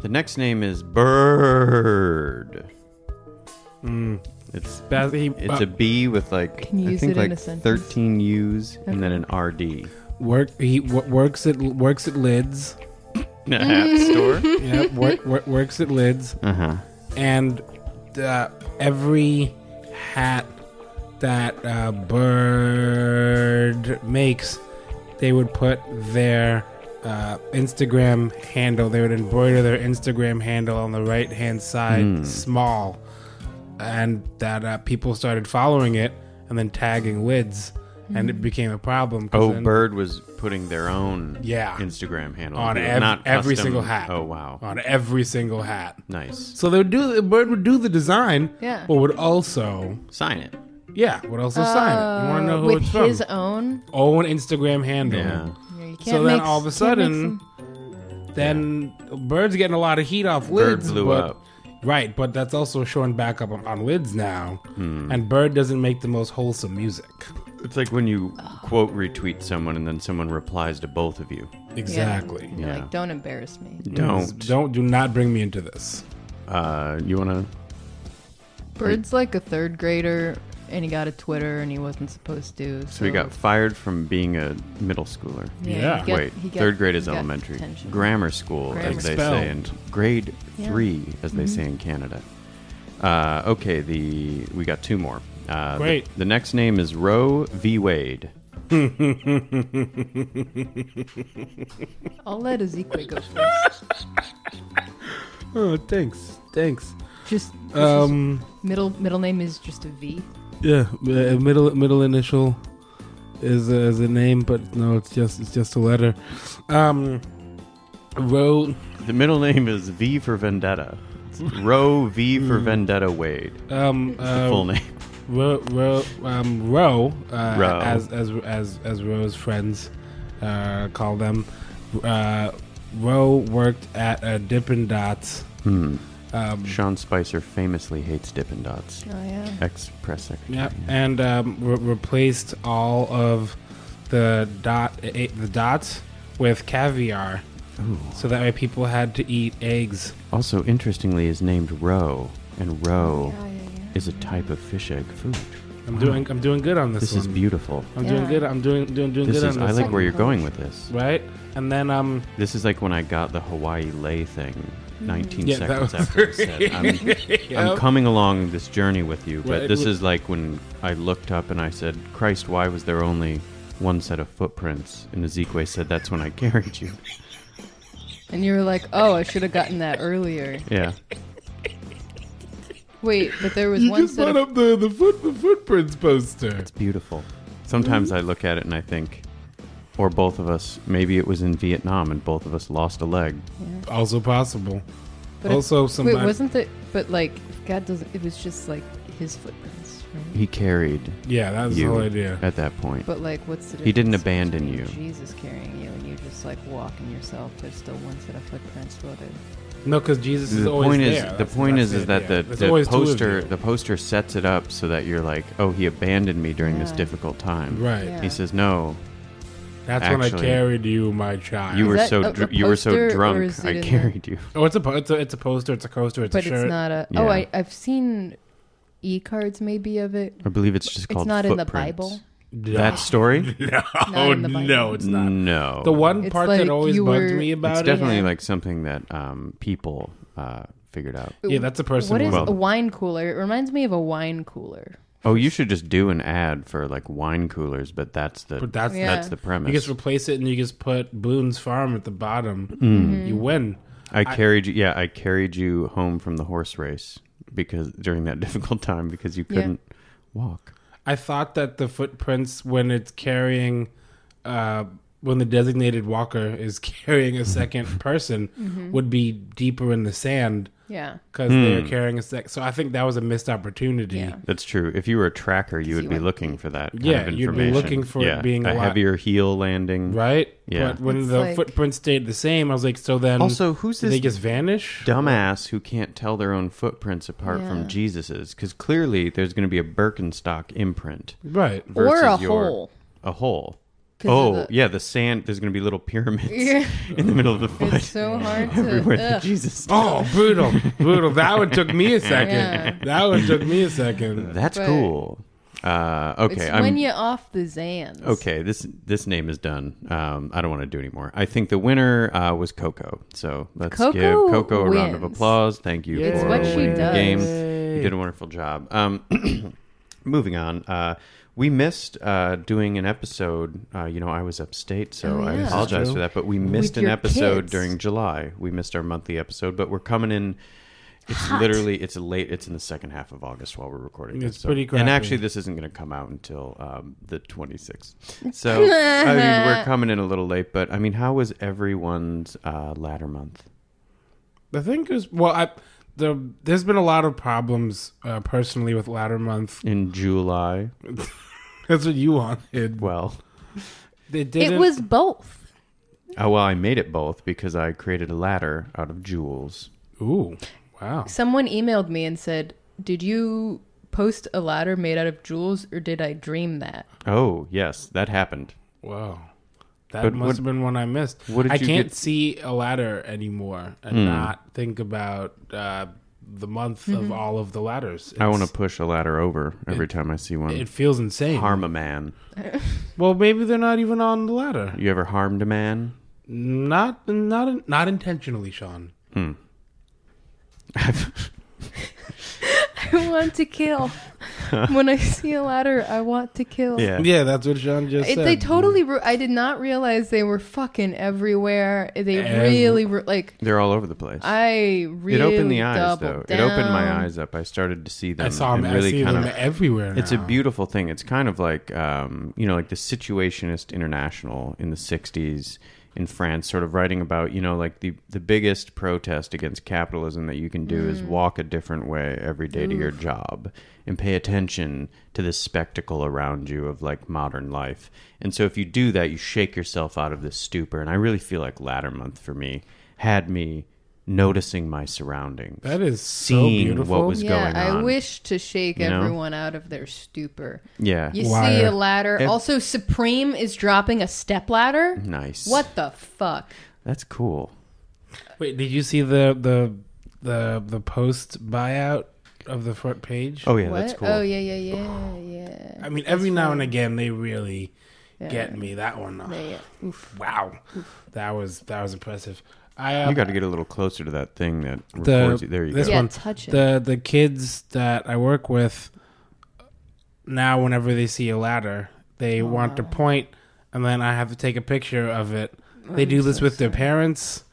Speaker 1: The next name is Bird.
Speaker 2: Hmm.
Speaker 1: It's
Speaker 2: Bas- he-
Speaker 1: it's a B with like
Speaker 3: Can you
Speaker 1: I
Speaker 3: use
Speaker 1: think
Speaker 3: it in
Speaker 1: like
Speaker 3: a sentence?
Speaker 1: thirteen U's and then an RD.
Speaker 2: Work. He w- works at works at Lids.
Speaker 3: Mm.
Speaker 1: App store.
Speaker 2: Yep. Work, work, works at Lids,
Speaker 1: Uh huh.
Speaker 2: and uh, every hat that uh, Bird makes, they would put their uh, Instagram handle. They would embroider their Instagram handle on the right hand side,
Speaker 1: Hmm.
Speaker 2: small, and that uh, people started following it and then tagging Lids, and it became a problem. 'cause
Speaker 1: [LAUGHS] Oh,
Speaker 2: then-
Speaker 1: Bird was putting their own
Speaker 2: Yeah.
Speaker 1: Instagram handle
Speaker 2: on
Speaker 1: They were
Speaker 2: ev-
Speaker 1: not
Speaker 2: every
Speaker 1: custom-
Speaker 2: single hat.
Speaker 1: Oh wow,
Speaker 2: On every single hat.
Speaker 1: nice.
Speaker 2: So they would do the bird would do the design,
Speaker 3: Yeah. Uh,
Speaker 2: but would also
Speaker 1: Sign it.
Speaker 2: yeah would also sign it. You want to know who
Speaker 3: with
Speaker 2: it's
Speaker 3: his
Speaker 2: from?
Speaker 3: own.
Speaker 2: Own Instagram handle.
Speaker 1: Yeah.
Speaker 3: You know, you can't
Speaker 2: So then
Speaker 3: make-
Speaker 2: all of a
Speaker 3: can't make
Speaker 2: sudden,
Speaker 3: some-
Speaker 2: then bird's getting a lot of heat off
Speaker 1: Bird
Speaker 2: lids.
Speaker 1: blew
Speaker 2: but,
Speaker 1: up.
Speaker 2: Right, but that's also showing back up on, on lids now,
Speaker 1: Hmm.
Speaker 2: and Bird doesn't make the most wholesome music.
Speaker 1: It's like when you quote retweet someone and then someone replies to both of you.
Speaker 2: Exactly.
Speaker 3: you're
Speaker 1: Yeah.
Speaker 3: like, don't embarrass me.
Speaker 1: Don't.
Speaker 2: don't do not bring me into this.
Speaker 1: Uh, you wanna?
Speaker 3: Bird's like a third grader, and he got a Twitter, and he wasn't supposed to. So,
Speaker 1: So he got fired from being a middle schooler.
Speaker 2: Yeah.
Speaker 3: Oh. he got-
Speaker 1: Wait,
Speaker 3: he got-
Speaker 1: third grade
Speaker 3: he
Speaker 1: is
Speaker 3: got
Speaker 1: elementary.
Speaker 3: detention.
Speaker 1: Grammar school,
Speaker 3: Grammar
Speaker 1: as they
Speaker 2: Expelled.
Speaker 1: say, and grade
Speaker 3: Yeah. Mm-hmm.
Speaker 1: three, as they say in Canada. Uh, okay, the we got two more. Uh, the-
Speaker 2: Great.
Speaker 1: The, next name is Roe v. Wade.
Speaker 3: I'll let Ezekiel go first.
Speaker 2: Oh, thanks, thanks.
Speaker 3: Just this is-
Speaker 2: Um,
Speaker 3: middle middle name is just a V.
Speaker 2: yeah, uh, middle middle initial, is a, is a name, but no, it's just it's just a letter. Um, wrote
Speaker 1: The middle name is V for Vendetta. It's Roe V for Vendetta Wade.
Speaker 2: um uh,
Speaker 1: Full name.
Speaker 2: Ro, Ro, um, Ro, uh,
Speaker 1: Ro.
Speaker 2: as as as as Ro's friends uh, call them. Uh, Ro worked at a Dippin' Dots.
Speaker 1: Hmm.
Speaker 2: um,
Speaker 1: Sean Spicer famously hates Dippin' Dots.
Speaker 3: Oh yeah.
Speaker 1: Ex press secretary.
Speaker 2: Yep, and um, re- replaced all of the dot eh, the dots with caviar, so that way people had to eat eggs.
Speaker 1: Also, interestingly, is named Roe, and Roe
Speaker 3: Oh, Yeah, yeah, yeah.
Speaker 1: is a type of fish egg food.
Speaker 2: I'm doing I'm doing good on this.
Speaker 1: This
Speaker 2: one.
Speaker 1: is beautiful.
Speaker 2: I'm
Speaker 3: Yeah.
Speaker 2: doing good. I'm doing doing doing
Speaker 1: This
Speaker 2: good
Speaker 1: is.
Speaker 2: on
Speaker 1: I
Speaker 2: this.
Speaker 1: like
Speaker 2: one.
Speaker 1: where you're going with this.
Speaker 2: [LAUGHS] right, and then um, [LAUGHS]
Speaker 1: This is like when I got the Hawaii lay thing.
Speaker 3: Mm-hmm.
Speaker 1: 19
Speaker 2: Yeah, that
Speaker 1: seconds
Speaker 2: was-
Speaker 1: after it
Speaker 2: [LAUGHS]
Speaker 1: said, I'm, I'm coming along this journey with you, but
Speaker 2: Right,
Speaker 1: this
Speaker 2: w-
Speaker 1: is like when I looked up and I said, Christ, why was there only one set of footprints? And Ezekiel said, That's when I carried you. [LAUGHS]
Speaker 3: And you were like, oh, I should have gotten that earlier.
Speaker 1: Yeah.
Speaker 3: Wait, but there was
Speaker 2: you
Speaker 3: one
Speaker 2: just
Speaker 3: set
Speaker 2: brought
Speaker 3: of.
Speaker 2: up the the foot the footprints poster.
Speaker 1: It's beautiful. Sometimes
Speaker 2: Mm-hmm.
Speaker 1: I look at it and I think, or both of us, maybe it was in Vietnam and both of us lost a leg.
Speaker 2: Also possible.
Speaker 3: But
Speaker 2: also
Speaker 3: it,
Speaker 2: somebody-
Speaker 3: Wait, wasn't it? But like, God doesn't. It was just like his footprints, right?
Speaker 1: He carried
Speaker 2: Yeah, that was the
Speaker 1: you
Speaker 2: whole idea.
Speaker 1: at that point.
Speaker 3: But like, what's the difference?
Speaker 1: He didn't abandon
Speaker 3: between
Speaker 1: you.
Speaker 3: Jesus carrying you, and you just like walking yourself. There's still one set of footprints. Well, there.
Speaker 2: No, because Jesus is
Speaker 1: the
Speaker 2: always
Speaker 1: point is,
Speaker 2: there.
Speaker 1: the
Speaker 2: That's-
Speaker 1: point
Speaker 2: that's
Speaker 1: is, is that
Speaker 2: idea.
Speaker 1: the,
Speaker 2: There's
Speaker 1: the
Speaker 2: always two of
Speaker 1: poster,
Speaker 2: you.
Speaker 1: the poster sets it up so that you're like, oh, he abandoned me during this
Speaker 3: Yeah.
Speaker 1: difficult time.
Speaker 2: right.
Speaker 3: Yeah.
Speaker 1: He says, no,
Speaker 2: That's when I
Speaker 1: Actually-
Speaker 2: carried you, my child.
Speaker 1: you
Speaker 3: Is
Speaker 1: were
Speaker 3: that
Speaker 1: so
Speaker 3: a- a
Speaker 1: dr- you were
Speaker 3: poster,
Speaker 1: so
Speaker 3: or
Speaker 1: drunk,
Speaker 3: is it
Speaker 1: I
Speaker 3: in the-
Speaker 1: carried you.
Speaker 2: Oh, it's a po- it's a it's a poster. It's a coaster. It's
Speaker 3: But
Speaker 2: a shirt.
Speaker 3: it's not a.
Speaker 1: Yeah.
Speaker 3: Oh, I, I've seen e cards maybe of it.
Speaker 1: I believe it's just called.
Speaker 3: It's not in the
Speaker 1: Footprints.
Speaker 3: Bible.
Speaker 1: That story?
Speaker 2: oh
Speaker 3: in the Bible.
Speaker 2: no, [LAUGHS] it's not.
Speaker 1: No.
Speaker 2: The one
Speaker 3: It's
Speaker 2: part
Speaker 3: like
Speaker 2: that always
Speaker 3: you
Speaker 2: bugged
Speaker 3: were-
Speaker 2: me
Speaker 3: It's
Speaker 2: about
Speaker 1: It's
Speaker 2: it.
Speaker 1: definitely like something that um, people uh, figured out.
Speaker 2: yeah, that's a person.
Speaker 3: What is
Speaker 2: one.
Speaker 1: Well-
Speaker 3: a wine cooler? It reminds me of a wine cooler.
Speaker 1: Oh, you should just do an ad for like wine coolers, but that's the
Speaker 2: But that's-
Speaker 3: Yeah.
Speaker 1: that's the premise.
Speaker 2: You just replace it and you just put Boone's Farm at the bottom.
Speaker 1: Mm.
Speaker 2: You win.
Speaker 1: I carried you. Yeah, I carried you home from the horse race because during that [LAUGHS] difficult time because you
Speaker 3: Yeah.
Speaker 1: couldn't walk.
Speaker 2: I thought that the footprints when it's carrying, uh, when the designated walker is [LAUGHS] carrying
Speaker 1: [LAUGHS]
Speaker 2: a second person,
Speaker 3: Mm-hmm.
Speaker 2: would be deeper in the sand
Speaker 3: Yeah.
Speaker 2: because they're
Speaker 1: Hmm.
Speaker 2: carrying a sec. So I think that was a missed opportunity.
Speaker 3: Yeah.
Speaker 1: That's true. If you were a tracker, you would
Speaker 3: you
Speaker 1: be
Speaker 3: went-
Speaker 1: looking for that. Kind
Speaker 2: Yeah,
Speaker 1: of
Speaker 2: you'd be
Speaker 1: information.
Speaker 2: looking for it
Speaker 1: Yeah,
Speaker 2: being
Speaker 1: a
Speaker 2: a lot-
Speaker 1: heavier heel landing.
Speaker 2: Right?
Speaker 1: Yeah.
Speaker 2: But when
Speaker 3: It's
Speaker 2: the
Speaker 3: like-
Speaker 2: footprints stayed the same, I was like, so then.
Speaker 1: Also, who's
Speaker 2: did
Speaker 1: this
Speaker 2: They just vanish?
Speaker 1: Dumbass who can't tell their own footprints apart
Speaker 3: Yeah.
Speaker 1: from Jesus's, because clearly there's going to be a Birkenstock imprint
Speaker 2: Right.
Speaker 1: versus
Speaker 3: or a
Speaker 1: your [LAUGHS]
Speaker 3: hole.
Speaker 1: a hole.
Speaker 3: 'Cause
Speaker 1: Oh
Speaker 3: of the-
Speaker 1: yeah, the sand. There's going to be little pyramids
Speaker 3: Yeah.
Speaker 1: [LAUGHS] in the middle of the foot.
Speaker 3: It's so hard [LAUGHS]
Speaker 1: [LAUGHS]
Speaker 3: to.
Speaker 1: everywhere that
Speaker 3: ugh.
Speaker 1: Jesus.
Speaker 2: Oh,
Speaker 1: [LAUGHS]
Speaker 2: brutal, brutal. That one took me a second.
Speaker 3: Yeah.
Speaker 2: That one took me a second.
Speaker 1: That's
Speaker 3: But-
Speaker 1: cool. Uh,
Speaker 3: It's
Speaker 1: okay, I'm
Speaker 3: when you off the Zans.
Speaker 1: okay. This this name is done. Um, I don't want to do anymore. I think the winner uh, was Coco. So let's
Speaker 3: Coco
Speaker 1: give Coco a round of
Speaker 3: wins.
Speaker 1: applause. Thank you
Speaker 3: It's
Speaker 1: for
Speaker 3: what she
Speaker 1: winning the
Speaker 3: does.
Speaker 1: game. You did a wonderful job. Um, [CLEARS THROAT] moving on. Uh, we missed uh, doing an episode. Uh, you know, I was upstate, so
Speaker 3: Oh,
Speaker 1: I
Speaker 3: yeah. This is
Speaker 1: apologize for that. But we missed an
Speaker 3: your
Speaker 1: episode
Speaker 3: kids.
Speaker 1: during July. We missed our monthly episode, but we're coming in. It's literally it's late. It's in the second half of August while we're recording.
Speaker 2: It's
Speaker 1: this,
Speaker 2: pretty
Speaker 1: And
Speaker 2: crappy.
Speaker 1: actually, this isn't going to come out until um, the 26th. So I mean, we're coming in a little late. But I mean, how was everyone's uh, latter month?
Speaker 2: The thing is, well, I, the, there's been a lot of problems uh, personally with latter month.
Speaker 1: in July.
Speaker 2: [LAUGHS] That's what you wanted.
Speaker 1: Well, [LAUGHS]
Speaker 2: They didn't,
Speaker 3: It was both.
Speaker 1: oh, well, I made it both because I created a ladder out of jewels.
Speaker 2: Ooh, wow.
Speaker 3: Someone emailed me and said, "Did you post a ladder made out of jewels, or did I dream that?"
Speaker 1: Oh, yes, that happened.
Speaker 2: Wow. That
Speaker 1: But
Speaker 2: must
Speaker 1: what-
Speaker 2: have been one I missed.
Speaker 1: what did
Speaker 2: I
Speaker 1: you
Speaker 2: can't
Speaker 1: get- Hmm.
Speaker 2: see a ladder anymore and not think about uh, the month
Speaker 3: Mm-hmm.
Speaker 2: of all of the ladders.
Speaker 1: I want to
Speaker 2: It's-
Speaker 1: push a ladder over every time I see one.
Speaker 2: It feels insane.
Speaker 1: Harm a man.
Speaker 2: Well, maybe they're not even on the ladder.
Speaker 1: You ever harmed a
Speaker 2: [LAUGHS]
Speaker 1: man? [LAUGHS]
Speaker 2: Not, not, not intentionally, Sean.
Speaker 3: I [LAUGHS] want to
Speaker 1: [LAUGHS]
Speaker 3: kill. when I see a ladder, I want to kill.
Speaker 1: Yeah.
Speaker 2: Yeah, that's what Sean just
Speaker 3: It,
Speaker 2: said.
Speaker 3: they totally. Ru- I did not realize they were fucking everywhere. They really ru- like.
Speaker 1: They're all over the place.
Speaker 3: I really
Speaker 1: it opened the eyes, though.
Speaker 3: doubled
Speaker 1: It opened
Speaker 3: down.
Speaker 1: my eyes up. I started to see them.
Speaker 2: I saw them.
Speaker 1: and
Speaker 2: I see
Speaker 1: kind
Speaker 2: them
Speaker 1: of,
Speaker 2: everywhere.
Speaker 1: It's a
Speaker 2: now.
Speaker 1: beautiful thing. It's kind of like um, you know, like the Situationist International in the '60s in France, sort of writing about you know, like the the biggest protest against capitalism that you can do is
Speaker 3: Mm.
Speaker 1: walk a different way every day to your job and pay attention to the spectacle around you of like modern life. And so, if you do that, you shake yourself out of this stupor. And I really feel like Ladder Month for me had me noticing my surroundings.
Speaker 2: That is so
Speaker 1: seeing
Speaker 2: beautiful.
Speaker 1: what was
Speaker 3: yeah,
Speaker 1: going
Speaker 3: I
Speaker 1: on.
Speaker 3: wish to shake
Speaker 1: You know?
Speaker 3: everyone out of their stupor.
Speaker 1: yeah,
Speaker 3: You see
Speaker 2: Liar.
Speaker 3: a ladder.
Speaker 1: Ev-
Speaker 3: also, Supreme is dropping a step ladder.
Speaker 1: nice.
Speaker 3: What the fuck?
Speaker 1: That's cool.
Speaker 2: Wait, did you see the the the the post buyout of the front page?
Speaker 1: Oh yeah,
Speaker 3: what?
Speaker 1: that's cool.
Speaker 3: Oh yeah, yeah, yeah, yeah.
Speaker 2: I mean, every now and again they really get me. That one, uh,
Speaker 3: Yeah, yeah. Oof.
Speaker 2: wow, that was that was impressive. I uh,
Speaker 1: You got to get a little closer to that thing that
Speaker 2: the
Speaker 1: records you. There you
Speaker 2: this
Speaker 1: go.
Speaker 3: Yeah,
Speaker 2: one,
Speaker 3: touch it.
Speaker 2: the the kids that I work with now, whenever they see a ladder, they
Speaker 3: Oh,
Speaker 2: want to point, and then I have to take a picture of it. They do this with their parents,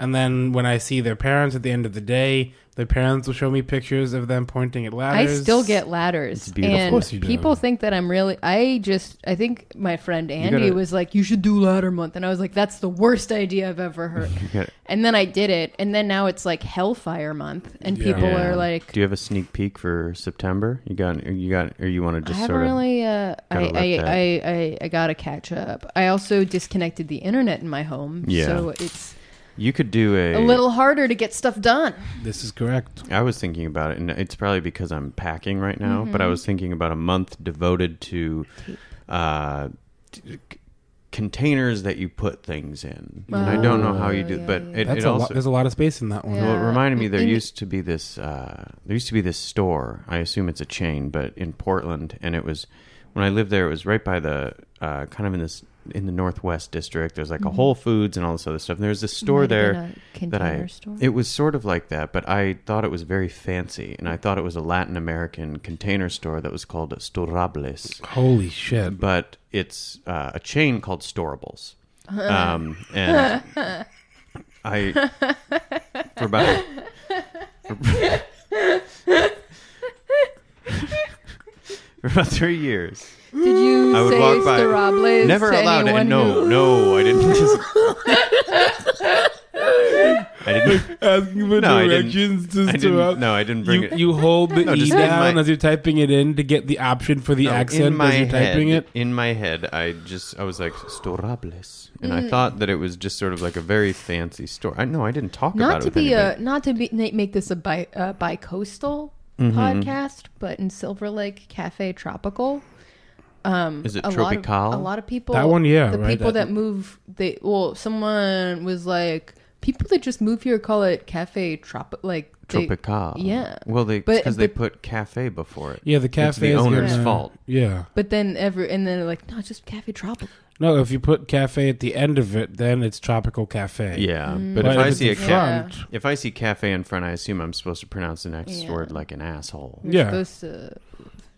Speaker 2: and then when I see their parents at the end of the day, their parents will show me pictures of them pointing at
Speaker 3: I
Speaker 2: ladders.
Speaker 3: still get ladders,
Speaker 1: beautiful. Of
Speaker 3: and
Speaker 2: course you do.
Speaker 3: people think that I'm really. I just, I think my friend Andy
Speaker 1: gotta-
Speaker 3: was like, "You should do ladder month," and I was like, "That's the worst idea I've
Speaker 1: [LAUGHS]
Speaker 3: ever heard."
Speaker 1: gotta-
Speaker 3: and then I did it, and then now it's like Hellfire Month, and people
Speaker 1: Yeah.
Speaker 3: are like,
Speaker 1: "Do you have a sneak peek for September? You got, you got, or you want to
Speaker 3: I
Speaker 1: just
Speaker 3: haven't
Speaker 1: sort of?"
Speaker 3: really. Uh, I,
Speaker 1: let
Speaker 3: I,
Speaker 1: that-
Speaker 3: I, I, I gotta catch up. I also disconnected the internet in my home,
Speaker 1: Yeah.
Speaker 3: so it's
Speaker 1: You could do a,
Speaker 3: a little harder to get stuff done.
Speaker 2: This is correct.
Speaker 1: I was thinking about it, and it's probably because I'm packing right now. But
Speaker 3: Mm-hmm.
Speaker 1: I was thinking about a month devoted to uh, t- c- containers that you put things in. And I don't
Speaker 3: Oh,
Speaker 1: know how you do, but it,
Speaker 2: That's
Speaker 1: it
Speaker 2: a
Speaker 1: also
Speaker 2: lot. There's a lot of space in that one.
Speaker 1: Well, it
Speaker 3: Yeah.
Speaker 1: reminded me there
Speaker 3: In-
Speaker 1: used to be this uh, there used to be this store. I assume it's a chain, but in Portland, and it was when I lived there. It was right by the uh, kind of in this in the northwest district. There's like a Whole Foods and all this other stuff. And there was this store
Speaker 3: Mm-hmm. Might have
Speaker 1: there
Speaker 3: been a
Speaker 1: that I
Speaker 3: container store.
Speaker 1: it was sort of like that, but I thought it was very fancy, and I thought it was a Latin American container store that was called Storables
Speaker 2: Holy shit!
Speaker 1: but it's uh, a chain called Storables.
Speaker 3: Uh-huh.
Speaker 1: Um,
Speaker 3: [LAUGHS]
Speaker 1: and I for about [LAUGHS] for about three years.
Speaker 3: Did you
Speaker 1: I would
Speaker 3: say
Speaker 1: walk by-
Speaker 3: Starables
Speaker 1: Never
Speaker 3: to
Speaker 1: allowed it.
Speaker 3: anyone
Speaker 1: And no,
Speaker 3: who-
Speaker 1: no, I
Speaker 3: [LAUGHS]
Speaker 1: didn't. Just, I didn't.
Speaker 2: Asking for
Speaker 1: No, I didn't-
Speaker 2: directions
Speaker 1: I
Speaker 2: to
Speaker 1: didn't-
Speaker 2: Storables.
Speaker 1: no, I didn't bring
Speaker 2: you,
Speaker 1: it.
Speaker 2: You hold the
Speaker 1: No,
Speaker 2: e
Speaker 1: just in
Speaker 2: down
Speaker 1: my-
Speaker 2: as you're typing it in to get the option for the
Speaker 1: No,
Speaker 2: accent as you're typing
Speaker 1: head,
Speaker 2: it.
Speaker 1: In my head, I just I was like Storables, and
Speaker 3: Mm.
Speaker 1: I thought that it was just sort of like a very fancy store. I no, I didn't talk about
Speaker 3: not
Speaker 1: it.
Speaker 3: to
Speaker 1: with
Speaker 3: be
Speaker 1: anybody.
Speaker 3: a not to be na- make this a bi uh, bicoastal
Speaker 1: Mm-hmm.
Speaker 3: podcast, but in Silver Lake Cafe Tropical, um,
Speaker 1: Is it
Speaker 3: a
Speaker 1: tropical?
Speaker 3: lot of a lot of people.
Speaker 2: That one, yeah,
Speaker 3: the
Speaker 2: right,
Speaker 3: people
Speaker 2: that-
Speaker 3: that, move they well, someone was like people that just move here call it Cafe Trop like they-
Speaker 1: tropical.
Speaker 3: yeah,
Speaker 1: Well, they
Speaker 3: But-
Speaker 1: because they
Speaker 3: but-
Speaker 1: put cafe before it.
Speaker 2: Yeah, the cafe
Speaker 1: It's the
Speaker 2: is
Speaker 1: owner's
Speaker 2: gonna-
Speaker 1: fault.
Speaker 2: Yeah.
Speaker 3: but then every and then they're like no, it's just Cafe Tropical.
Speaker 2: No, if you put cafe at the end of it, then it's tropical cafe.
Speaker 1: Yeah,
Speaker 3: Mm.
Speaker 1: but
Speaker 2: But
Speaker 1: if I
Speaker 2: if
Speaker 1: see a
Speaker 2: it's in
Speaker 1: ca-
Speaker 2: front-
Speaker 1: if I see cafe in front, I assume I'm supposed to pronounce the next
Speaker 3: Yeah.
Speaker 1: word like an asshole.
Speaker 3: You're
Speaker 2: Yeah.
Speaker 3: supposed to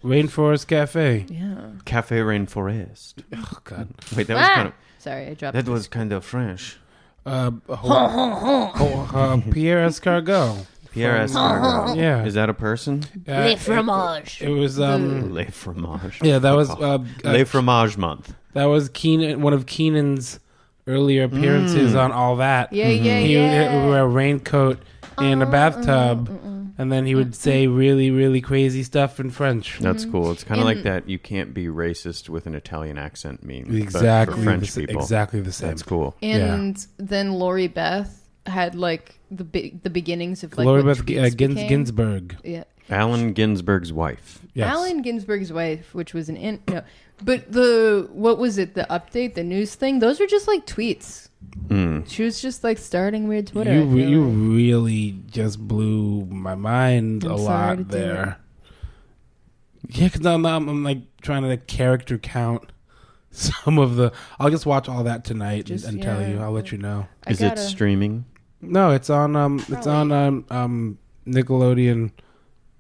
Speaker 2: Rainforest Cafe.
Speaker 3: yeah.
Speaker 1: Cafe
Speaker 3: [LAUGHS]
Speaker 1: rainforest.
Speaker 2: Oh God.
Speaker 1: Wait, that was
Speaker 3: Ah!
Speaker 1: kind of
Speaker 3: Sorry, I dropped.
Speaker 1: that was kind of French.
Speaker 2: Uh,
Speaker 3: [LAUGHS]
Speaker 2: ho- ho- uh, Pierre Escargot.
Speaker 1: Pierre Escargot.
Speaker 2: [LAUGHS] Yeah.
Speaker 1: Is that a person? [LAUGHS]
Speaker 2: Le fromage. It, was um.
Speaker 1: Le fromage.
Speaker 2: Yeah, that was uh,
Speaker 1: Le
Speaker 2: uh,
Speaker 1: fromage month.
Speaker 2: that was Keenan. One of Keenan's earlier appearances
Speaker 1: Mm.
Speaker 2: on all that.
Speaker 3: Yeah, yeah,
Speaker 2: He would
Speaker 3: yeah. Uh-uh, Uh-huh,
Speaker 2: wear a raincoat and a bathtub, and then
Speaker 3: Mm-hmm.
Speaker 2: he would say really, really crazy stuff in French.
Speaker 1: That's cool. It's kind of like that. You can't be racist with an Italian accent meme. but
Speaker 2: Exactly.
Speaker 1: for
Speaker 2: the
Speaker 1: French
Speaker 2: sa-
Speaker 1: people.
Speaker 2: Exactly the same.
Speaker 1: That's cool.
Speaker 3: And then Lori Beth had like the big the beginnings of like
Speaker 2: Glory
Speaker 3: what
Speaker 2: Beth uh,
Speaker 3: tweets
Speaker 2: Gins-
Speaker 3: became.
Speaker 2: Ginsburg.
Speaker 3: Yeah.
Speaker 1: Allen Ginsberg's wife.
Speaker 2: Yes.
Speaker 3: Allen Ginsberg's wife, which was an in no, but the what was it? The update, the news thing. Those were just like tweets.
Speaker 1: Hmm.
Speaker 3: She was just like starting weird Twitter.
Speaker 2: you
Speaker 3: I feel
Speaker 2: re- you
Speaker 3: like.
Speaker 2: really just blew my mind
Speaker 3: I'm
Speaker 2: a lot
Speaker 3: sorry to do
Speaker 2: there. Yeah, because I'm, I'm, I'm, like trying to character count [LAUGHS] some of the. I'll just watch all that tonight
Speaker 3: Just-
Speaker 2: and, and tell
Speaker 3: yeah.
Speaker 2: you. I'll let you know.
Speaker 3: I
Speaker 1: Is it
Speaker 3: gotta-
Speaker 1: streaming?
Speaker 2: No, it's on. Um, it's on um, um Nickelodeon.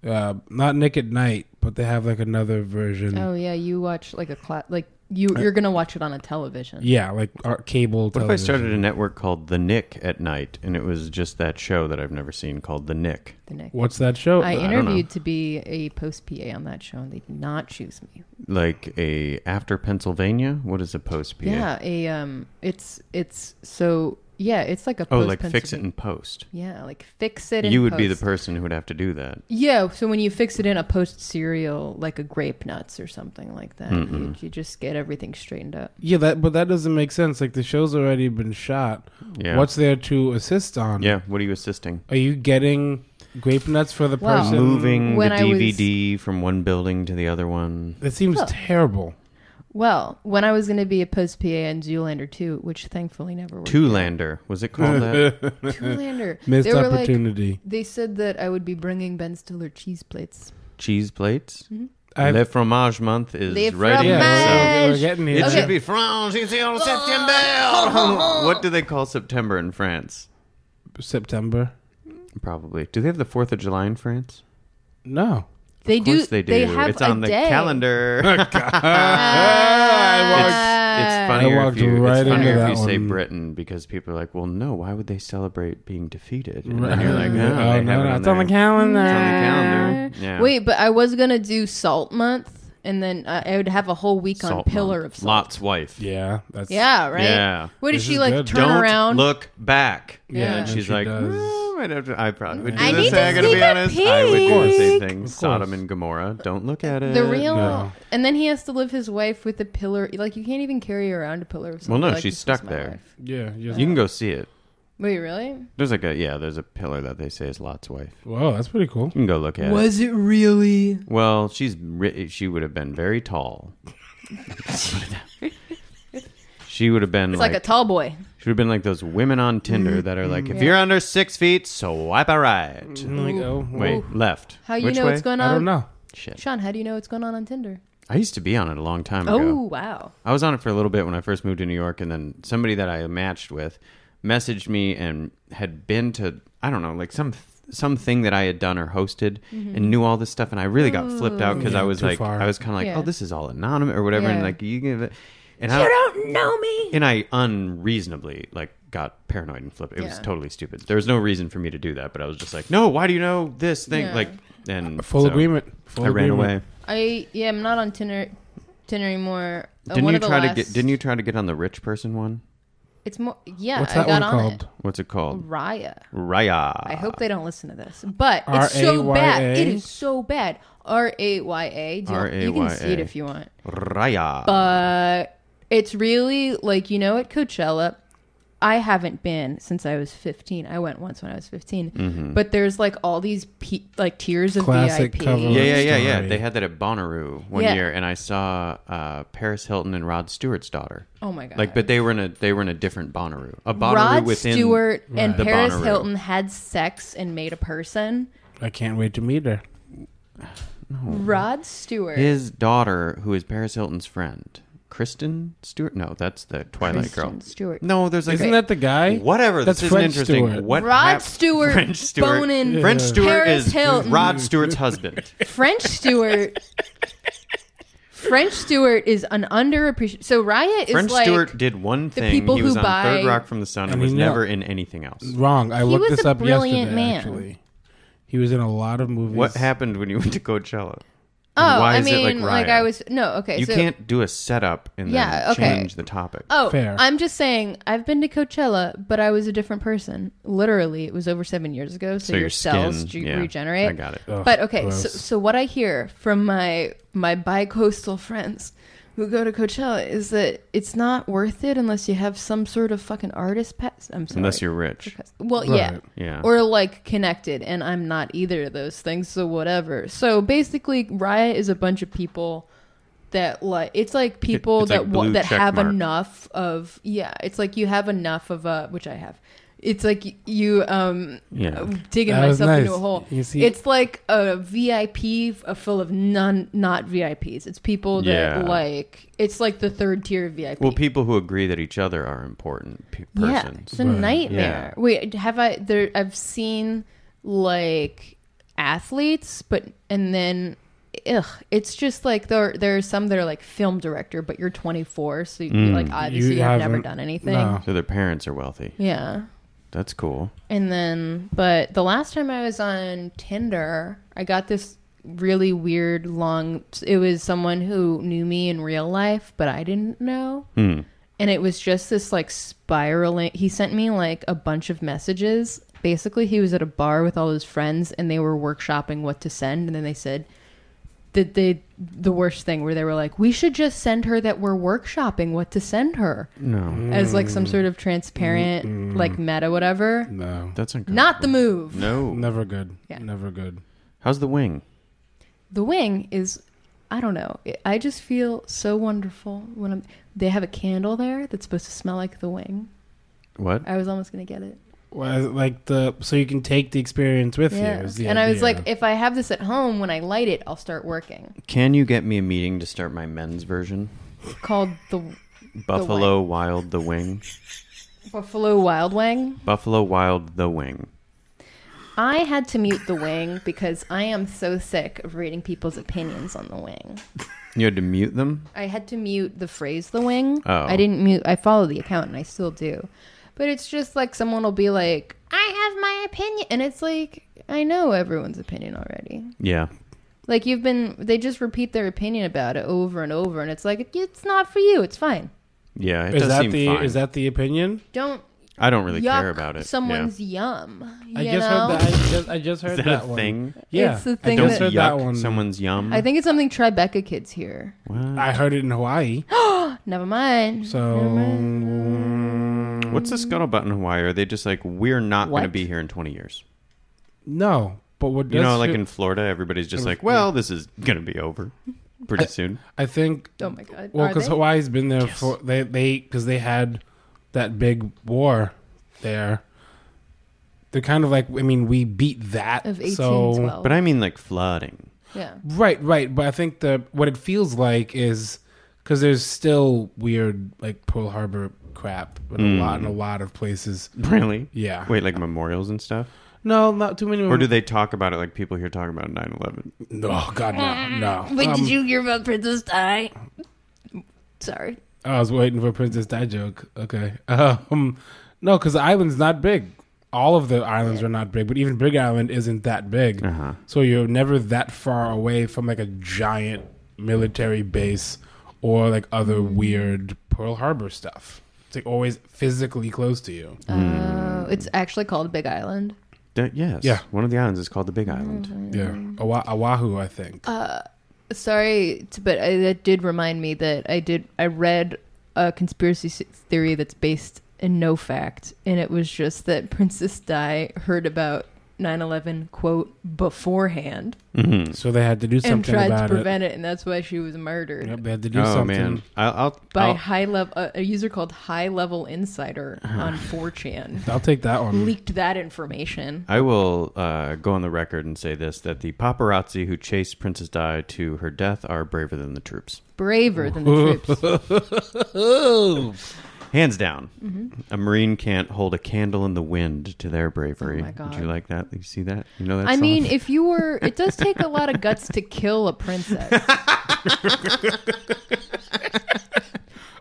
Speaker 2: uh, not Nick at Night, but they have like another version.
Speaker 3: Oh yeah, you watch like a class. Like you, you're gonna watch it on a television.
Speaker 2: Yeah, like our cable.
Speaker 1: What if I started a network called The Nick at night, and it was just that show that I've never seen called The Nick?
Speaker 3: The Nick.
Speaker 2: What's that show?
Speaker 3: I
Speaker 1: don't know.
Speaker 3: interviewed to be a post PA on that show, and they did not choose me.
Speaker 1: Like a after Pennsylvania? What is a post PA?
Speaker 3: Yeah, a um, it's it's so yeah, it's like a
Speaker 1: Oh,
Speaker 3: post
Speaker 1: like fix it
Speaker 3: Pennsylvania-
Speaker 1: in post.
Speaker 3: yeah, like fix it. In
Speaker 1: You would be the
Speaker 3: post.
Speaker 1: person who would have to do that.
Speaker 3: Yeah, so when you fix it in a post cereal, like a grape nuts or something like that, you, you just get everything straightened up.
Speaker 2: Yeah, that but that doesn't make sense. Like the show's already been shot.
Speaker 1: Yeah.
Speaker 2: What's there to assist on?
Speaker 1: Yeah. What are you assisting?
Speaker 2: Are you getting grape nuts for the
Speaker 3: Wow.
Speaker 2: person?
Speaker 1: Moving
Speaker 3: Oh. when
Speaker 1: the
Speaker 3: I was-
Speaker 1: DVD from one building to the other one.
Speaker 2: That seems
Speaker 3: Huh.
Speaker 2: terrible.
Speaker 3: Well, when I was going to be a post PA in Zoolander 2, which thankfully never worked.
Speaker 1: Two-lander. Was it called that?
Speaker 3: [LAUGHS]
Speaker 2: [LAUGHS]
Speaker 3: Zoolander.
Speaker 2: Missed
Speaker 3: They were like-
Speaker 2: opportunity.
Speaker 3: they said that I would be bringing Ben Stiller cheese plates.
Speaker 1: Cheese plates?
Speaker 2: I've-
Speaker 1: Le Fromage Month is
Speaker 3: Mm-hmm. Le
Speaker 1: right in
Speaker 3: fromage.
Speaker 1: itself.
Speaker 2: yeah, we're, we're getting here.
Speaker 1: It
Speaker 3: Okay. Oh.
Speaker 1: should be France. It's on September. [LAUGHS] what do they call September in France?
Speaker 2: September.
Speaker 1: Probably. Do they have the Fourth of July in France?
Speaker 2: No.
Speaker 3: They
Speaker 1: Of course
Speaker 3: do.
Speaker 1: they do.
Speaker 3: have
Speaker 1: it's on
Speaker 3: a
Speaker 1: the
Speaker 3: day.
Speaker 2: [LAUGHS]
Speaker 1: calendar. [LAUGHS] it's, it's funnier if
Speaker 2: walked
Speaker 1: you,
Speaker 2: right
Speaker 1: it's
Speaker 2: into
Speaker 1: funnier if you
Speaker 2: that
Speaker 1: say
Speaker 2: one.
Speaker 1: Britain because people are like, well, no, why would they celebrate being defeated? And then you're like,
Speaker 2: Oh,
Speaker 1: no, they have
Speaker 2: no,
Speaker 1: it
Speaker 2: no,
Speaker 1: on
Speaker 2: it's on the
Speaker 1: there.
Speaker 2: calendar.
Speaker 1: It's on the calendar. Yeah.
Speaker 3: Mm. Wait, but I was going to do Salt Month, and then uh, I would have a whole week on
Speaker 1: Salt
Speaker 3: Pillar
Speaker 1: month.
Speaker 3: of Salt.
Speaker 1: Lot's wife.
Speaker 2: Yeah, that's
Speaker 3: Yeah, right?
Speaker 1: Yeah.
Speaker 3: What did
Speaker 2: This
Speaker 3: she
Speaker 2: is
Speaker 3: like
Speaker 2: good.
Speaker 3: turn
Speaker 1: Don't
Speaker 3: around?
Speaker 1: look back.
Speaker 2: Yeah.
Speaker 1: And
Speaker 2: And
Speaker 1: she's
Speaker 2: she
Speaker 1: like,
Speaker 2: does.
Speaker 1: "Mm, I, don't- I probably would do
Speaker 3: I
Speaker 1: the
Speaker 3: need
Speaker 1: same. I
Speaker 3: to
Speaker 1: gotta
Speaker 3: see
Speaker 1: be
Speaker 3: the
Speaker 1: honest. I would do the same
Speaker 3: pig.
Speaker 1: thing.
Speaker 2: course.
Speaker 1: Sodom and Gomorrah. Don't look at it.
Speaker 3: the real,
Speaker 2: No.
Speaker 3: and then he has to live his life with the pillar. Like you can't even carry around a pillar of salt.
Speaker 1: Well, no,
Speaker 3: Like,
Speaker 1: she's
Speaker 3: this is
Speaker 1: stuck
Speaker 3: my
Speaker 1: there.
Speaker 3: life.
Speaker 2: yeah. Just,
Speaker 1: You can go see it.
Speaker 3: Wait, really?
Speaker 1: There's like a yeah. There's a pillar that they say is Lot's wife.
Speaker 2: whoa, that's pretty cool.
Speaker 1: You can go look at it.
Speaker 3: Was it really?
Speaker 1: Well, she's ri- she would have been very tall. she would have been
Speaker 3: It's like, a tall boy.
Speaker 1: she would have been like those women on
Speaker 3: Mm-hmm.
Speaker 1: Tinder that are like, if you're under six feet, swipe a
Speaker 3: Mm-hmm.
Speaker 1: right.
Speaker 2: And like, oh,
Speaker 1: Wait, left.
Speaker 3: How you
Speaker 1: Which
Speaker 3: know
Speaker 1: way?
Speaker 3: what's going on?
Speaker 2: I don't know.
Speaker 1: Shit.
Speaker 3: Sean, how do you know what's going on on Tinder?
Speaker 1: I used to be on it a long time ago.
Speaker 3: Oh wow!
Speaker 1: I was on it for a little bit when I first moved to New York, and then somebody that I matched with messaged me and had been to I don't know like some something that I had done or hosted
Speaker 3: Mm-hmm.
Speaker 1: and knew all this stuff, and I really got flipped out because I was
Speaker 2: too
Speaker 1: like
Speaker 2: far.
Speaker 1: I was kind of like
Speaker 3: Yeah.
Speaker 1: oh this is all anonymous or whatever, and
Speaker 3: Yeah.
Speaker 1: like you give it and I
Speaker 3: don't know me.
Speaker 1: and I unreasonably like got paranoid and flipped. It was
Speaker 3: Yeah.
Speaker 1: totally stupid. There was no reason for me to do that, but I was just like no, why do you know this thing
Speaker 3: Yeah.
Speaker 1: like and
Speaker 2: Full
Speaker 1: so
Speaker 2: agreement. Full
Speaker 1: I ran away.
Speaker 2: agreement.
Speaker 3: I yeah, I'm not on Tinder, Tinder anymore. Uh,
Speaker 1: Didn't
Speaker 3: one
Speaker 1: you
Speaker 3: of the
Speaker 1: try
Speaker 3: last-
Speaker 1: to get? Didn't you try to get on the rich person one?
Speaker 3: It's more. Yeah,
Speaker 2: What's
Speaker 3: I
Speaker 2: that
Speaker 3: got
Speaker 2: one
Speaker 3: on
Speaker 2: called?
Speaker 1: What's it called?
Speaker 3: it. Raya.
Speaker 1: Raya.
Speaker 3: I hope they don't listen to this, but it's so bad.
Speaker 2: R-A-Y-A?
Speaker 3: It is so bad. R A Y A. Don't- You can see it
Speaker 1: R-A-Y-A.
Speaker 3: if you want.
Speaker 1: Raya.
Speaker 3: But Uh, it's really like you know at Coachella. I haven't been since I was 15. I went once when I was 15.
Speaker 1: Mm-hmm.
Speaker 3: But there's like all these pe- like tiers of
Speaker 2: Classic
Speaker 3: VIP.
Speaker 2: cover.
Speaker 1: yeah, yeah, yeah, yeah.
Speaker 2: Story.
Speaker 1: They had that at Bonnaroo one
Speaker 3: Yeah.
Speaker 1: year, and I saw uh, Paris Hilton and Rod Stewart's daughter.
Speaker 3: Oh my god.
Speaker 1: Like, but they were in a they were in a different Bonnaroo, a Bonnaroo
Speaker 3: Rod
Speaker 1: within
Speaker 3: Stewart and
Speaker 1: the
Speaker 3: Paris
Speaker 1: Bonnaroo.
Speaker 3: Hilton had sex and made a person.
Speaker 2: I can't wait to meet her.
Speaker 1: Hmm.
Speaker 3: Rod Stewart.
Speaker 1: His daughter, who is Paris Hilton's friend, Kristen Stewart. No, that's the Twilight
Speaker 3: Kristen
Speaker 1: girl.
Speaker 3: Stewart.
Speaker 1: No, there's like
Speaker 2: Isn't that the guy?
Speaker 1: whatever.
Speaker 2: That's
Speaker 1: this
Speaker 2: French
Speaker 1: isn't interesting.
Speaker 2: Stewart.
Speaker 1: What
Speaker 3: Rod
Speaker 1: hap-
Speaker 3: Stewart
Speaker 1: French Stewart.
Speaker 3: boning
Speaker 1: French Stewart
Speaker 3: Paris
Speaker 1: is
Speaker 3: Hilton.
Speaker 1: Rod Stewart's husband.
Speaker 3: French Stewart. French Stewart is an underappreciated. So Raya is
Speaker 1: French
Speaker 3: like
Speaker 1: Stewart did one thing.
Speaker 3: people
Speaker 1: he was
Speaker 3: who
Speaker 1: on Third
Speaker 3: buy-
Speaker 1: Rock from the Sun and
Speaker 2: And he
Speaker 1: was
Speaker 2: knelt.
Speaker 1: never in anything else.
Speaker 2: Wrong. I looked
Speaker 3: was
Speaker 2: this
Speaker 3: a
Speaker 2: up
Speaker 3: brilliant
Speaker 2: yesterday.
Speaker 3: man.
Speaker 2: Actually, he was in a lot of movies.
Speaker 1: What happened when you went to Coachella?
Speaker 3: Oh,
Speaker 1: Why
Speaker 3: I
Speaker 1: is it
Speaker 3: mean,
Speaker 1: like
Speaker 3: like,
Speaker 1: Raya?
Speaker 3: I was no okay.
Speaker 1: you
Speaker 3: so,
Speaker 1: can't do a setup and
Speaker 3: Yeah,
Speaker 1: then
Speaker 3: okay.
Speaker 1: change the topic.
Speaker 3: Oh,
Speaker 2: Fair.
Speaker 3: I'm just saying. I've been to Coachella, but I was a different person. Literally, it was over seven years ago.
Speaker 1: So
Speaker 3: So, your,
Speaker 1: your
Speaker 3: cells
Speaker 1: skin-
Speaker 3: ju-
Speaker 1: yeah,
Speaker 3: regenerate. Oh,
Speaker 1: I got it.
Speaker 2: Ugh,
Speaker 3: but okay, so,
Speaker 2: gross.
Speaker 3: so what I hear from my my bi-coastal friends who go to Coachella is that it's not worth it unless you have some sort of fucking artist pass. I'm sorry.
Speaker 1: Unless you're rich.
Speaker 3: Because- Well, yeah.
Speaker 2: Right.
Speaker 1: Yeah.
Speaker 3: Or like connected, and I'm not either of those things, so whatever. So basically, Raya is a bunch of people that like it's like people
Speaker 1: it's
Speaker 3: that
Speaker 1: like
Speaker 3: wa-
Speaker 1: blue
Speaker 3: that
Speaker 1: check
Speaker 3: have
Speaker 1: mark.
Speaker 3: enough of yeah. It's like you have enough of a which I have. It's like y- you um
Speaker 1: Yeah.
Speaker 3: digging
Speaker 2: That was
Speaker 3: myself into
Speaker 2: nice.
Speaker 3: a hole.
Speaker 2: You see-
Speaker 3: it's like a VIP f- uh, full of non not VIPs. It's people that
Speaker 1: Yeah.
Speaker 3: like it's like the third tier VIP.
Speaker 1: Well, people who agree that each other are important pe-
Speaker 3: Yeah,
Speaker 1: persons.
Speaker 3: it's a nightmare.
Speaker 1: Yeah.
Speaker 3: Wait, have I there? I've seen like athletes, but and then ugh, it's just like there there are some that are like film director, but you're 24, so you, like obviously you have never
Speaker 2: Mm. haven't-
Speaker 3: done anything.
Speaker 2: no.
Speaker 1: So their parents are wealthy.
Speaker 3: Yeah.
Speaker 1: That's cool.
Speaker 3: And then, but the last time I was on Tinder, I got this really weird long. It was someone who knew me in real life, but I didn't know. And it was just this like spiraling. He sent me like a bunch of messages. Basically, he was at a bar with all his friends and they were workshopping what to send. And then they said, that they the worst thing where they were like, we should just send her that we're workshopping what to send her. No. As like some sort of transparent, like meta, whatever.
Speaker 2: No,
Speaker 1: That's uncomfortable.
Speaker 3: Not the move.
Speaker 1: No.
Speaker 2: never good.
Speaker 3: Yeah.
Speaker 2: Never good.
Speaker 1: How's the wing?
Speaker 3: The wing is, I don't know. I- I just feel so wonderful when I'm. They have a candle there that's supposed to smell like the wing.
Speaker 1: What?
Speaker 3: I was almost gonna get it.
Speaker 2: Well, like the so you can take the experience with
Speaker 3: Yeah.
Speaker 2: you.
Speaker 3: And
Speaker 2: Is the
Speaker 3: I
Speaker 2: idea.
Speaker 3: was like, if I have this at home, when I light it, I'll start working.
Speaker 1: Can you get me a meeting to start my men's version?
Speaker 3: Called the
Speaker 1: Buffalo Wild the
Speaker 3: [LAUGHS]
Speaker 1: Wing.
Speaker 3: Buffalo Wild Wing.
Speaker 1: Buffalo Wild the Wing.
Speaker 3: I had to mute the wing because I am so sick of reading people's opinions on the wing.
Speaker 1: You had to mute them?
Speaker 3: I had to mute the phrase the wing.
Speaker 1: Oh.
Speaker 3: I didn't mute I follow the account and I still do. But it's just like someone will be like, I have my opinion and it's like I know everyone's opinion already.
Speaker 1: Yeah.
Speaker 3: Like you've been they just repeat their opinion about it over and over and it's like it's not for you, it's fine.
Speaker 1: Yeah, it
Speaker 2: is
Speaker 1: does
Speaker 2: that
Speaker 1: seem
Speaker 2: the
Speaker 1: fine.
Speaker 2: is that the opinion?
Speaker 3: Don't
Speaker 1: I don't really
Speaker 3: yuck
Speaker 1: care about it. Yeah.
Speaker 3: someone's yum. You
Speaker 2: I just
Speaker 3: know?
Speaker 2: heard that. I just, I just
Speaker 1: [LAUGHS]
Speaker 2: heard
Speaker 1: Is that, a
Speaker 2: one.
Speaker 1: thing?
Speaker 2: Yeah,
Speaker 3: It's the
Speaker 2: I
Speaker 3: thing
Speaker 2: just
Speaker 1: Don't
Speaker 2: heard
Speaker 3: that-
Speaker 1: yuck
Speaker 2: that one.
Speaker 1: someone's yum.
Speaker 3: I think it's something Tribeca kids hear.
Speaker 2: I heard it in Hawaii.
Speaker 3: [GASPS] Never mind.
Speaker 2: So
Speaker 1: What's the scuttlebutt in Hawaii? Are they just like we're not going to
Speaker 3: What?
Speaker 1: be here in 20 years?
Speaker 2: no, but what
Speaker 1: You know,
Speaker 2: does
Speaker 1: like
Speaker 2: feel-
Speaker 1: in Florida, everybody's just like, well, this is going to be over pretty soon.
Speaker 2: I think
Speaker 3: Oh my god.
Speaker 2: well
Speaker 3: Are
Speaker 2: because
Speaker 3: they?
Speaker 2: Hawaii's been there for they they because they had that big war there. They're kind of like I mean we beat that
Speaker 3: of eighteen
Speaker 2: so-
Speaker 3: twelve.
Speaker 1: But I Hmm. mean, like flooding. [LAUGHS]
Speaker 3: yeah.
Speaker 2: Right, right. But I think the what it feels like is because there's still weird like Pearl Harbor crap in a lot
Speaker 1: Mm.
Speaker 2: in a lot of places.
Speaker 1: Really?
Speaker 2: Yeah.
Speaker 1: Wait, like memorials and stuff?
Speaker 2: No, not too many.
Speaker 1: Or do they talk about it like people here talk about 9 11?
Speaker 2: No, God, no,
Speaker 3: [LAUGHS]
Speaker 2: no.
Speaker 3: Wait, did you hear about Princess Di? Sorry.
Speaker 2: I was waiting for Princess Di joke. Okay. [LAUGHS] Um, no, because the island's not big. All of the islands are not big, but even Big Island isn't that big.
Speaker 1: Uh-huh.
Speaker 2: So you're never that far away from like a giant military base or like other weird Pearl Harbor stuff. It's like always physically close to you.
Speaker 3: Oh, it's actually called Big Island.
Speaker 1: That- yes.
Speaker 2: Yeah.
Speaker 1: One of the islands is called the Big
Speaker 3: Mm-hmm.
Speaker 1: Island.
Speaker 2: Yeah, Oa- Oahu, I think.
Speaker 3: Uh, Sorry, t- but I, that did remind me that I did. I read a conspiracy s- theory that's based in no fact, and it was just that [LAUGHS] Princess Di heard about 9/11 quote beforehand
Speaker 1: Hmm.
Speaker 2: so they had to do
Speaker 3: and
Speaker 2: something
Speaker 3: tried to
Speaker 2: about
Speaker 3: prevent it. and that's why she was murdered
Speaker 2: it. Yep, they had to do
Speaker 1: Oh,
Speaker 2: something.
Speaker 1: man. I'll, I'll,
Speaker 3: by
Speaker 1: I'll-
Speaker 3: high level a, a user called High Level Insider
Speaker 2: Uh-huh.
Speaker 3: on
Speaker 2: [LAUGHS]
Speaker 3: 4chan.
Speaker 2: I'll take that one.
Speaker 3: leaked that information.
Speaker 1: I will uh, go on the record and say this that the paparazzi who chased Princess Di to her death are braver than the troops.
Speaker 3: Braver than the troops.
Speaker 1: Hands down.
Speaker 3: Mm-hmm.
Speaker 1: A Marine can't hold a candle in the wind to their bravery.
Speaker 3: Oh my God.
Speaker 1: Did you like that? You see that? You know that
Speaker 3: I
Speaker 1: song?
Speaker 3: mean, if you were, it does take a lot of guts to kill
Speaker 1: [LAUGHS]
Speaker 3: a princess.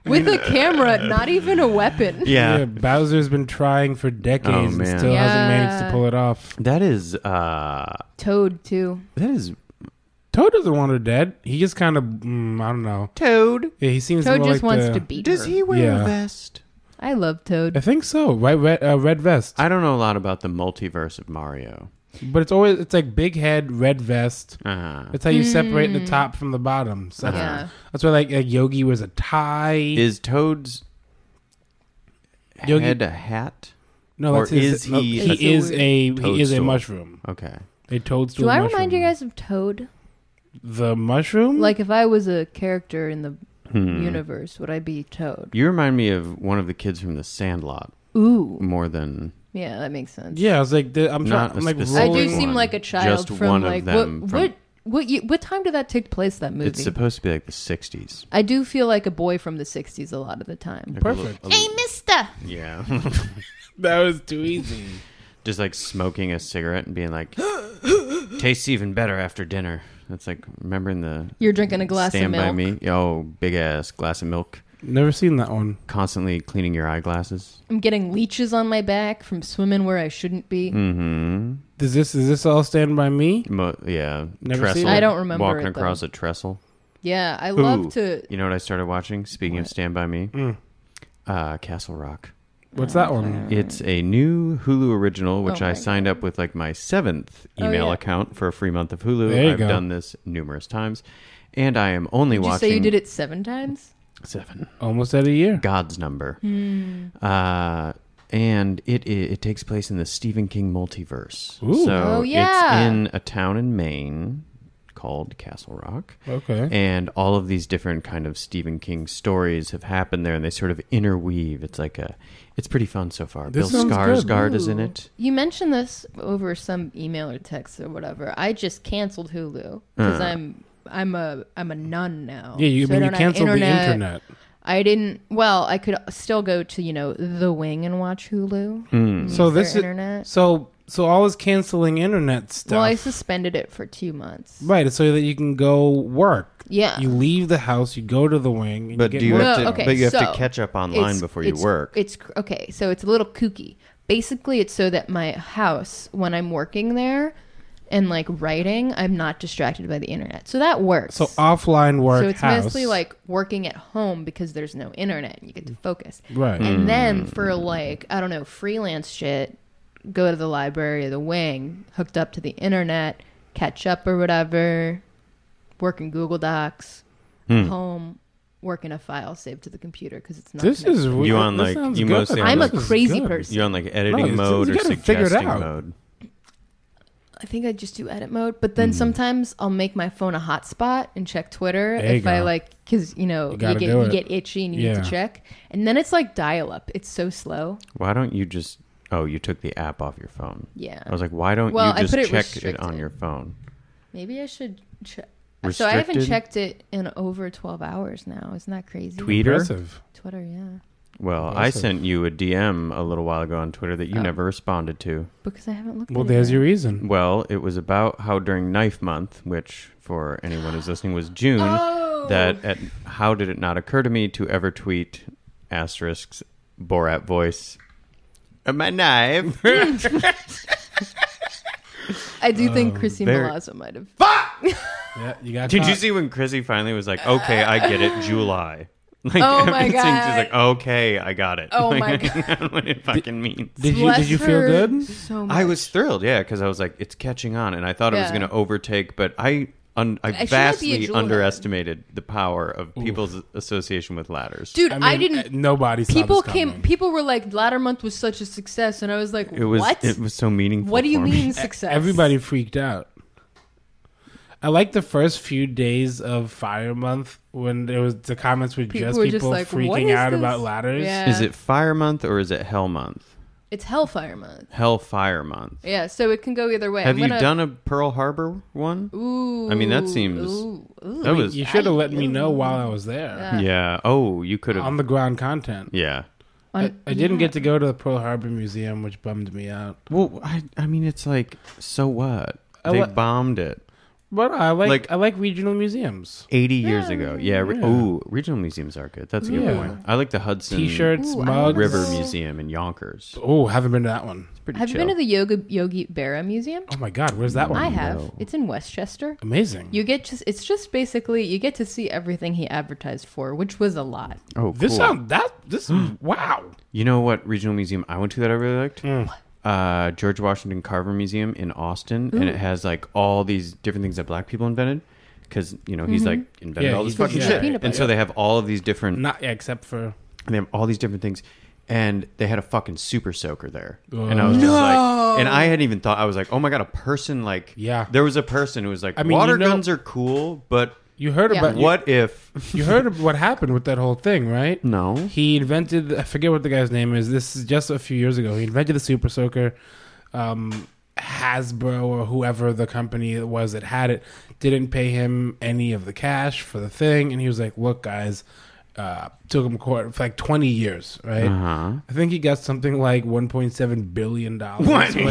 Speaker 3: With a camera, not even a weapon.
Speaker 1: yeah. Oh,
Speaker 2: Yeah, Bowser's been trying for decades and
Speaker 1: man.
Speaker 2: still hasn't managed
Speaker 3: Yeah.
Speaker 2: to pull it off.
Speaker 1: That is, uh,
Speaker 3: Toad, too.
Speaker 1: that is,
Speaker 2: Toad doesn't want her dead. He just kind of, mm, I don't know.
Speaker 1: Toad.
Speaker 2: Yeah, he seems.
Speaker 3: Toad
Speaker 2: more
Speaker 3: just
Speaker 2: like
Speaker 3: wants
Speaker 2: the-
Speaker 3: to beat
Speaker 1: Does
Speaker 3: her.
Speaker 1: he wear
Speaker 2: Yeah.
Speaker 1: a vest?
Speaker 3: I love Toad.
Speaker 2: I think so. Right, red, uh, red vest.
Speaker 1: I don't know a lot about the multiverse of Mario.
Speaker 2: but it's always it's like big head, red vest.
Speaker 1: Uh,
Speaker 2: That's how you separate
Speaker 3: Hmm.
Speaker 2: the top from the bottom. So that's,
Speaker 3: Yeah.
Speaker 2: that's why like, like Yogi wears a tie.
Speaker 1: is Toad's
Speaker 2: Yogi-
Speaker 1: head a hat?
Speaker 2: no,
Speaker 1: or
Speaker 2: that's his,
Speaker 1: is
Speaker 2: no,
Speaker 1: he
Speaker 2: he,
Speaker 3: a
Speaker 2: is a he is a
Speaker 1: toadstool?
Speaker 2: mushroom.
Speaker 1: Okay.
Speaker 2: A toadstool.
Speaker 3: Do I
Speaker 2: mushroom.
Speaker 3: remind you guys of Toad?
Speaker 2: the
Speaker 1: Hmm.
Speaker 2: mushroom?
Speaker 3: Like, if I was a character in the universe, would I be Toad?
Speaker 1: You remind me of one of the kids from The Sandlot
Speaker 3: Ooh.
Speaker 1: more than
Speaker 3: Yeah, that makes sense.
Speaker 2: yeah, I was like, the, I'm
Speaker 1: Not
Speaker 2: trying. I'm
Speaker 1: a
Speaker 2: like
Speaker 1: specific
Speaker 3: I
Speaker 2: rolling.
Speaker 3: do
Speaker 1: Only
Speaker 3: seem
Speaker 1: one.
Speaker 3: like a child
Speaker 1: Just
Speaker 3: from,
Speaker 1: one of
Speaker 3: like,
Speaker 1: them
Speaker 3: what,
Speaker 1: from-
Speaker 3: what, what, ye- what time did that take place, that movie?
Speaker 1: it's supposed to be like the 60s.
Speaker 3: I do feel like a boy from the 60s a lot of the time.
Speaker 2: Perfect.
Speaker 3: Hey, mister!
Speaker 1: Yeah. [LAUGHS]
Speaker 2: That was too easy. [GASPS]
Speaker 1: Just like smoking a cigarette and being like, Tastes even better after dinner. That's like remembering the
Speaker 3: You're drinking a glass
Speaker 1: Stand
Speaker 3: of milk.
Speaker 1: by me. Oh, big ass glass of milk.
Speaker 2: Never seen that one.
Speaker 1: Constantly cleaning your eyeglasses.
Speaker 3: I'm getting leeches on my back from swimming where I shouldn't be.
Speaker 1: Mm.
Speaker 2: Does this is this all stand by me?
Speaker 1: Mm-hmm. Mo- yeah,
Speaker 2: Never
Speaker 1: trestle.
Speaker 2: seen it. I
Speaker 3: don't remember
Speaker 1: walking
Speaker 3: it,
Speaker 1: across
Speaker 3: though.
Speaker 1: a trestle.
Speaker 3: Yeah, I love to.
Speaker 1: You know what I started watching? Speaking of Stand by Me,
Speaker 2: Hmm.
Speaker 1: uh, Castle Rock.
Speaker 2: What's that one?
Speaker 1: It's a new Hulu original, which
Speaker 3: Oh
Speaker 1: I
Speaker 3: my
Speaker 1: signed up with like my seventh
Speaker 3: Oh,
Speaker 1: email
Speaker 3: yeah.
Speaker 1: account for a free month of Hulu.
Speaker 2: There you
Speaker 1: I've
Speaker 2: go.
Speaker 1: done this numerous times, and I am only
Speaker 3: Did you
Speaker 1: watching.
Speaker 3: say you did it seven times?
Speaker 1: seven.
Speaker 2: Almost at a year.
Speaker 1: God's number.
Speaker 3: Hmm.
Speaker 1: Uh, and it, it it takes place in the Stephen King multiverse.
Speaker 2: Ooh.
Speaker 1: So
Speaker 3: Oh, yeah.
Speaker 1: it's in a town in Maine called Castle Rock.
Speaker 2: Okay.
Speaker 1: And all of these different kind of Stephen King stories have happened there and they sort of interweave. It's like a it's pretty fun so far.
Speaker 2: This
Speaker 1: Bill
Speaker 2: sounds good.
Speaker 1: Skarsgård is in
Speaker 3: Ooh.
Speaker 1: it.
Speaker 3: You mentioned this over some email or text or whatever. I just canceled Hulu because
Speaker 1: Uh.
Speaker 3: I'm I'm a I'm a nun now.
Speaker 2: yeah, you, I
Speaker 3: So
Speaker 2: mean,
Speaker 3: I
Speaker 2: you
Speaker 3: don't have
Speaker 2: canceled the internet.
Speaker 3: I didn't. Well, I could still go to you know the wing and watch Hulu.
Speaker 1: Hmm.
Speaker 2: So
Speaker 3: their
Speaker 2: this
Speaker 3: internet.
Speaker 2: is so so always canceling internet stuff.
Speaker 3: Well, I suspended it for two months.
Speaker 2: right, so that you can go work.
Speaker 3: Yeah.
Speaker 2: You leave the house, you go to the wing, and
Speaker 1: But
Speaker 2: you get
Speaker 1: do you
Speaker 2: work
Speaker 1: have to
Speaker 2: done.
Speaker 3: okay,
Speaker 1: but you have to
Speaker 3: so
Speaker 1: catch up online
Speaker 3: it's-
Speaker 1: before you
Speaker 3: it's-
Speaker 1: work.
Speaker 3: It's cr- okay, so it's a little kooky. Basically, it's so that my house, when I'm working there and like writing, I'm not distracted by the internet. So that works.
Speaker 2: So offline work.
Speaker 3: So it's
Speaker 2: house.
Speaker 3: mostly like working at home because there's no internet and you get to focus.
Speaker 2: Right.
Speaker 3: And then for like, I don't know, freelance shit, go to the library or the wing, hooked up to the internet, catch up or whatever, work in Google Docs, home, work in a file saved to the computer because it's not.
Speaker 2: This
Speaker 3: connected.
Speaker 2: is re-
Speaker 1: You on,
Speaker 2: this
Speaker 1: like-
Speaker 2: sounds
Speaker 1: you
Speaker 2: good.
Speaker 1: mostly on,
Speaker 3: I'm a
Speaker 1: This is
Speaker 3: crazy
Speaker 2: good.
Speaker 3: person.
Speaker 1: You're on like
Speaker 2: No,
Speaker 1: editing
Speaker 2: it's-
Speaker 1: mode
Speaker 2: you
Speaker 1: or
Speaker 2: gotta figure it
Speaker 1: suggesting
Speaker 2: out.
Speaker 1: mode.
Speaker 3: I think I just do edit mode, but then sometimes I'll make my phone a hotspot and check Twitter
Speaker 2: There you
Speaker 3: if I
Speaker 2: go.
Speaker 3: like because you know
Speaker 2: You
Speaker 3: you,
Speaker 2: gotta
Speaker 3: get
Speaker 2: do
Speaker 3: you
Speaker 2: it.
Speaker 3: get itchy and you need
Speaker 2: Yeah.
Speaker 3: to check, and then it's like dial up. It's so slow.
Speaker 1: Why don't you just Oh, you took the app off your phone.
Speaker 3: Yeah.
Speaker 1: I was like, why don't
Speaker 3: Well, I
Speaker 1: you just
Speaker 3: put it
Speaker 1: check it on
Speaker 3: restricted.
Speaker 1: your phone?
Speaker 3: Maybe I should check. So I haven't
Speaker 1: Restricted?
Speaker 3: checked it in over twelve hours now. Isn't that crazy?
Speaker 1: Tweeter?
Speaker 2: Impressive.
Speaker 3: Twitter, yeah,
Speaker 1: Well, I
Speaker 2: Impressive.
Speaker 1: sent you a DM a little while ago on Twitter
Speaker 2: Oh.
Speaker 1: that you never responded to.
Speaker 3: because I haven't looked.
Speaker 2: Well,
Speaker 3: at
Speaker 2: there's
Speaker 3: it
Speaker 2: your reason.
Speaker 1: Well, it was about how during Knife Month, which for anyone who's listening was June,
Speaker 2: Oh.
Speaker 3: Oh!
Speaker 1: that at, how did it not occur to me to ever tweet asterisks Borat voice? "Uh, My knife.
Speaker 2: [LAUGHS]
Speaker 3: yet. I do think Chrissy
Speaker 1: Um, very-
Speaker 3: Malazzo might have.
Speaker 2: Yeah, you got.
Speaker 1: Did you
Speaker 2: caught.
Speaker 1: see when Chrissy finally was like, "Okay, I get it, July." [LAUGHS] Like
Speaker 3: Oh my
Speaker 1: everything's just
Speaker 3: God.
Speaker 1: like, "Okay, I got it."
Speaker 3: Oh
Speaker 1: [LAUGHS] Like,
Speaker 3: my
Speaker 1: I don't know what it fucking means.
Speaker 2: Did you did you feel
Speaker 3: Bless her
Speaker 2: good?
Speaker 3: So much.
Speaker 1: I was thrilled, yeah, because I was like, it's catching on, and I thought it was
Speaker 3: Yeah.
Speaker 1: going to overtake, but I un- I
Speaker 3: might be a
Speaker 1: vastly
Speaker 3: jewel
Speaker 1: underestimated the power of people's association with ladders.
Speaker 3: dude. I,
Speaker 2: mean,
Speaker 3: didn't.
Speaker 2: uh, Nobody. saw
Speaker 3: people
Speaker 2: this
Speaker 3: came.
Speaker 2: coming.
Speaker 3: People were like, "Ladder Month was such a success," and I was like,
Speaker 1: it was
Speaker 3: "What?
Speaker 1: it was so meaningful.
Speaker 3: what do you
Speaker 1: for me. E-,
Speaker 3: mean success?"
Speaker 2: Everybody freaked out. I like the first few days of Fire Month when there was the comments were
Speaker 3: People
Speaker 2: just
Speaker 3: were
Speaker 2: people
Speaker 3: just like, "What
Speaker 2: freaking
Speaker 3: is
Speaker 2: out
Speaker 3: this?"
Speaker 2: about ladders.
Speaker 1: [LAUGHS]
Speaker 3: Yeah.
Speaker 1: Is it Fire Month or is it Hell Month?
Speaker 3: It's Hellfire Month.
Speaker 1: Hellfire Month.
Speaker 3: Yeah, so it can go either way.
Speaker 1: Have
Speaker 3: I'm
Speaker 1: you
Speaker 3: gonna-
Speaker 1: done a Pearl Harbor one?
Speaker 3: Ooh,
Speaker 1: I mean, that seems-
Speaker 3: ooh, ooh.
Speaker 1: That was
Speaker 2: You should have let me know while I was there
Speaker 1: yeah. Oh, you could have.
Speaker 2: on the ground content.
Speaker 1: yeah.
Speaker 2: I, I didn't get to go to the Pearl Harbor Museum, which bummed me out.
Speaker 1: Well, I I mean, it's like so what? They
Speaker 2: li-
Speaker 1: bombed it.
Speaker 2: But I like,
Speaker 1: Like-
Speaker 2: I like regional museums,
Speaker 1: 80 years ago. Yeah. Re- Oh, regional museums are good. That's a good
Speaker 2: Yeah.
Speaker 1: point. I like the Hudson
Speaker 2: T-shirts,
Speaker 3: Ooh, I wanna
Speaker 2: mugs.
Speaker 1: Mm. River Museum in Yonkers.
Speaker 2: Oh, haven't been to that one.
Speaker 1: Pretty
Speaker 3: Have you
Speaker 1: chill.
Speaker 3: been to the Yoga Yogi Berra Museum?
Speaker 2: Oh my God, where's
Speaker 1: Mm.
Speaker 2: that one?
Speaker 3: I have. It's in Westchester.
Speaker 2: Amazing.
Speaker 3: You get just it's just basically you get to see everything he advertised for, which was a lot.
Speaker 1: Oh,
Speaker 2: this
Speaker 1: cool.
Speaker 2: sound that
Speaker 1: [GASPS]
Speaker 2: this wow.
Speaker 1: You know what regional museum I went to that I really liked?
Speaker 2: Hmm.
Speaker 1: Uh, George Washington Carver Museum in Austin, and it has like all these different things that Black people invented, because you know he's like invented
Speaker 2: Yeah,
Speaker 1: all this
Speaker 2: he's-
Speaker 1: fucking
Speaker 2: yeah.
Speaker 1: shit,
Speaker 3: Mm-hmm. Peanut
Speaker 1: and so they have all of these different,
Speaker 2: Not yeah, except for
Speaker 1: they have all these different things, and they had a fucking super soaker there, and
Speaker 2: Oh.
Speaker 1: I was just like, and I hadn't even thought I was like, oh my god, a person like,
Speaker 2: Yeah.
Speaker 1: there was a person who was like,
Speaker 2: I mean,
Speaker 1: water
Speaker 2: you know-
Speaker 1: guns are cool, but
Speaker 2: you heard
Speaker 3: Yeah.
Speaker 2: about
Speaker 1: what if?
Speaker 2: You heard of what happened with that whole thing, right?
Speaker 1: No. [LAUGHS]
Speaker 2: He invented, I forget what the guy's name is. This is just a few years ago. He invented the Super Soaker. Um, Hasbro or whoever the company it was that had it didn't pay him any of the cash for the thing. And he was like, look, guys, uh, took him to court for like 20 years, right?
Speaker 1: Uh-huh.
Speaker 2: I think he got something like 1.7 billion dollars. [LAUGHS]
Speaker 3: What the-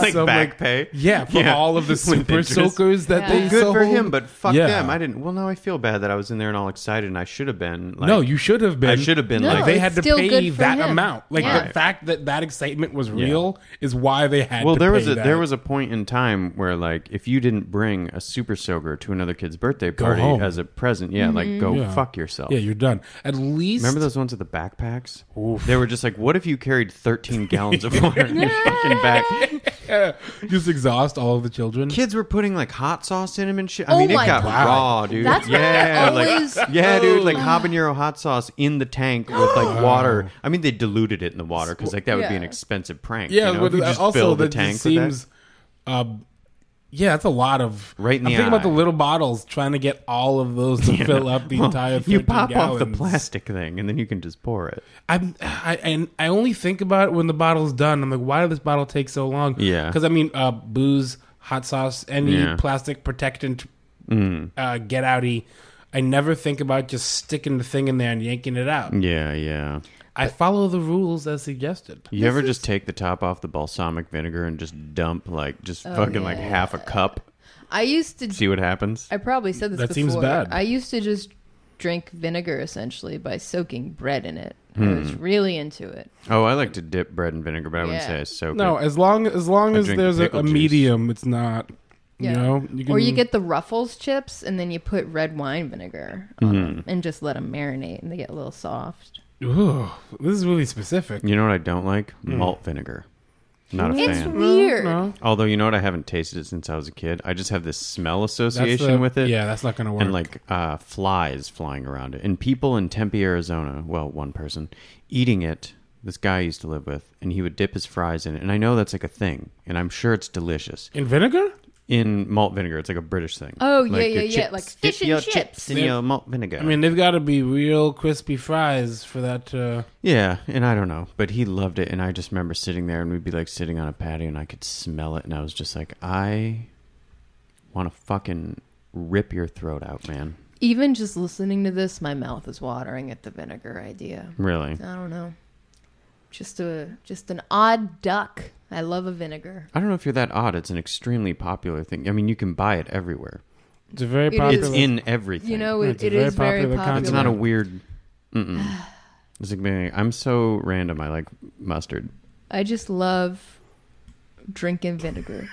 Speaker 1: [LAUGHS] like
Speaker 2: So,
Speaker 1: back
Speaker 2: like,
Speaker 1: pay?
Speaker 2: Yeah, for all of
Speaker 1: [LAUGHS]
Speaker 2: the
Speaker 1: with
Speaker 2: super
Speaker 1: interest.
Speaker 2: soakers that
Speaker 3: Yeah.
Speaker 2: they
Speaker 3: Well,
Speaker 1: Good for
Speaker 2: sold.
Speaker 1: him, but fuck
Speaker 2: Yeah.
Speaker 1: them. I didn't. Well, now I feel bad that I was in there and all excited, and I should have been. Like,
Speaker 2: no, you should have been.
Speaker 1: I should have been
Speaker 3: No,
Speaker 1: like,
Speaker 2: they
Speaker 3: it's
Speaker 2: had to
Speaker 3: still
Speaker 2: pay
Speaker 3: good for
Speaker 2: that
Speaker 3: him.
Speaker 2: amount. Like
Speaker 3: Yeah.
Speaker 2: the fact that that excitement was real is why they had.
Speaker 1: Well,
Speaker 2: to
Speaker 1: there
Speaker 2: pay
Speaker 1: was a
Speaker 2: that.
Speaker 1: there was a point in time where like if you didn't bring a super soaker to another kid's birthday party
Speaker 2: home.
Speaker 1: as a present, yeah, like go
Speaker 2: Yeah.
Speaker 1: fuck yourself.
Speaker 2: yeah, you're done. At least
Speaker 1: Remember those ones with the backpacks? They were just like, what if you carried 13 gallons of water in your fucking
Speaker 3: [LAUGHS]
Speaker 1: back?
Speaker 2: just exhaust all of the children.
Speaker 1: Kids were putting like hot sauce in them and shit. I
Speaker 3: Oh
Speaker 1: mean, it
Speaker 3: my
Speaker 1: got
Speaker 3: God.
Speaker 1: raw, dude.
Speaker 3: That's what
Speaker 1: yeah,
Speaker 3: they're always-
Speaker 1: like, yeah, dude, like habanero hot sauce in the tank with
Speaker 2: [GASPS]
Speaker 1: like water. I mean, they diluted it in the water because like that would be an
Speaker 3: Yeah.
Speaker 1: expensive prank.
Speaker 2: Yeah,
Speaker 1: you know,
Speaker 2: but
Speaker 1: if you just
Speaker 2: also
Speaker 1: fill the
Speaker 2: that
Speaker 1: tank
Speaker 2: just
Speaker 1: with that.
Speaker 2: seems. um, yeah, that's a lot of.
Speaker 1: Right in
Speaker 2: I'm
Speaker 1: the
Speaker 2: thinking about the
Speaker 1: eye.
Speaker 2: little bottles, trying to get all of those
Speaker 1: [LAUGHS]
Speaker 2: to fill up the
Speaker 1: Well,
Speaker 2: entire.
Speaker 1: you
Speaker 2: 13
Speaker 1: pop off
Speaker 2: gallons.
Speaker 1: the plastic thing and then you can just pour it.
Speaker 2: I'm, I and I only think about it when the bottle's done. I'm like, why did this bottle take so long?
Speaker 1: Yeah.
Speaker 2: because I mean, uh, booze, hot sauce, any
Speaker 1: Yeah. Mm.
Speaker 2: plastic protectant, uh, get outy. I never think about just sticking the thing in there and yanking it out.
Speaker 1: Yeah, yeah.
Speaker 2: I follow the rules as suggested.
Speaker 1: Mm. You ever just take the top off the balsamic vinegar and just dump like just
Speaker 3: Oh,
Speaker 1: fucking like half a cup?
Speaker 3: I used to.
Speaker 1: See what happens.
Speaker 3: I probably said this
Speaker 2: That
Speaker 3: before.
Speaker 2: seems bad.
Speaker 3: I used to just drink vinegar essentially by soaking bread in it. I was really into it.
Speaker 1: Oh, I like to dip bread in vinegar, but I wouldn't
Speaker 3: Yeah.
Speaker 1: say I soak
Speaker 2: No,
Speaker 1: it.
Speaker 2: as long as long as
Speaker 1: drink the
Speaker 2: there's a,
Speaker 1: pickle
Speaker 2: a
Speaker 1: juice.
Speaker 2: medium, it's not.
Speaker 3: Yeah.
Speaker 2: You know, you
Speaker 3: or you get the Ruffles chips and then you put red wine vinegar on 'em and just let them marinate and they get a little soft.
Speaker 2: Ooh, this is really specific.
Speaker 1: You know what I don't like?
Speaker 2: Hmm.
Speaker 1: Malt vinegar. Not a
Speaker 3: It's
Speaker 1: fan.
Speaker 3: weird.
Speaker 1: Although you know what, I haven't tasted it since I was a kid. I just have this smell
Speaker 2: That's
Speaker 1: association
Speaker 2: the-
Speaker 1: with it.
Speaker 2: Yeah, that's not gonna work.
Speaker 1: and like uh, flies flying around it, and people in Tempe, Arizona. Well, one person eating it. This guy I used to live with, and he would dip his fries in it. And I know that's like a thing, and I'm sure it's delicious
Speaker 2: in vinegar.
Speaker 1: in malt vinegar. It's like a British thing.
Speaker 3: Oh, yeah,
Speaker 1: your
Speaker 3: yeah, yeah, like
Speaker 1: dip
Speaker 3: fish and
Speaker 1: your
Speaker 3: chips.
Speaker 1: chips in
Speaker 2: Yeah.
Speaker 1: your malt vinegar.
Speaker 2: I mean, they've got to be real crispy fries for that. uh, to...
Speaker 1: yeah, and I don't know, but he loved it, and I just remember sitting there, and we'd be like sitting on a patio, and I could smell it, and I was just like, I want to fucking rip your throat out, man.
Speaker 3: Even just listening to this, my mouth is watering at the vinegar idea.
Speaker 1: Really.
Speaker 3: I don't know. Just a just an odd duck. I love a vinegar.
Speaker 1: I don't know if you're that odd. It's an extremely popular thing. I mean, you can buy it everywhere.
Speaker 2: It's a very
Speaker 3: It
Speaker 2: popular.
Speaker 1: It's in everything.
Speaker 3: You know,
Speaker 2: It's a
Speaker 3: it, it
Speaker 2: very
Speaker 3: is very
Speaker 2: popular
Speaker 3: popular.
Speaker 2: concept.
Speaker 1: it's not a weird. Mm-mm.
Speaker 3: [SIGHS]
Speaker 1: It's like, man, I'm so random. I like mustard.
Speaker 3: I just love drinking vinegar.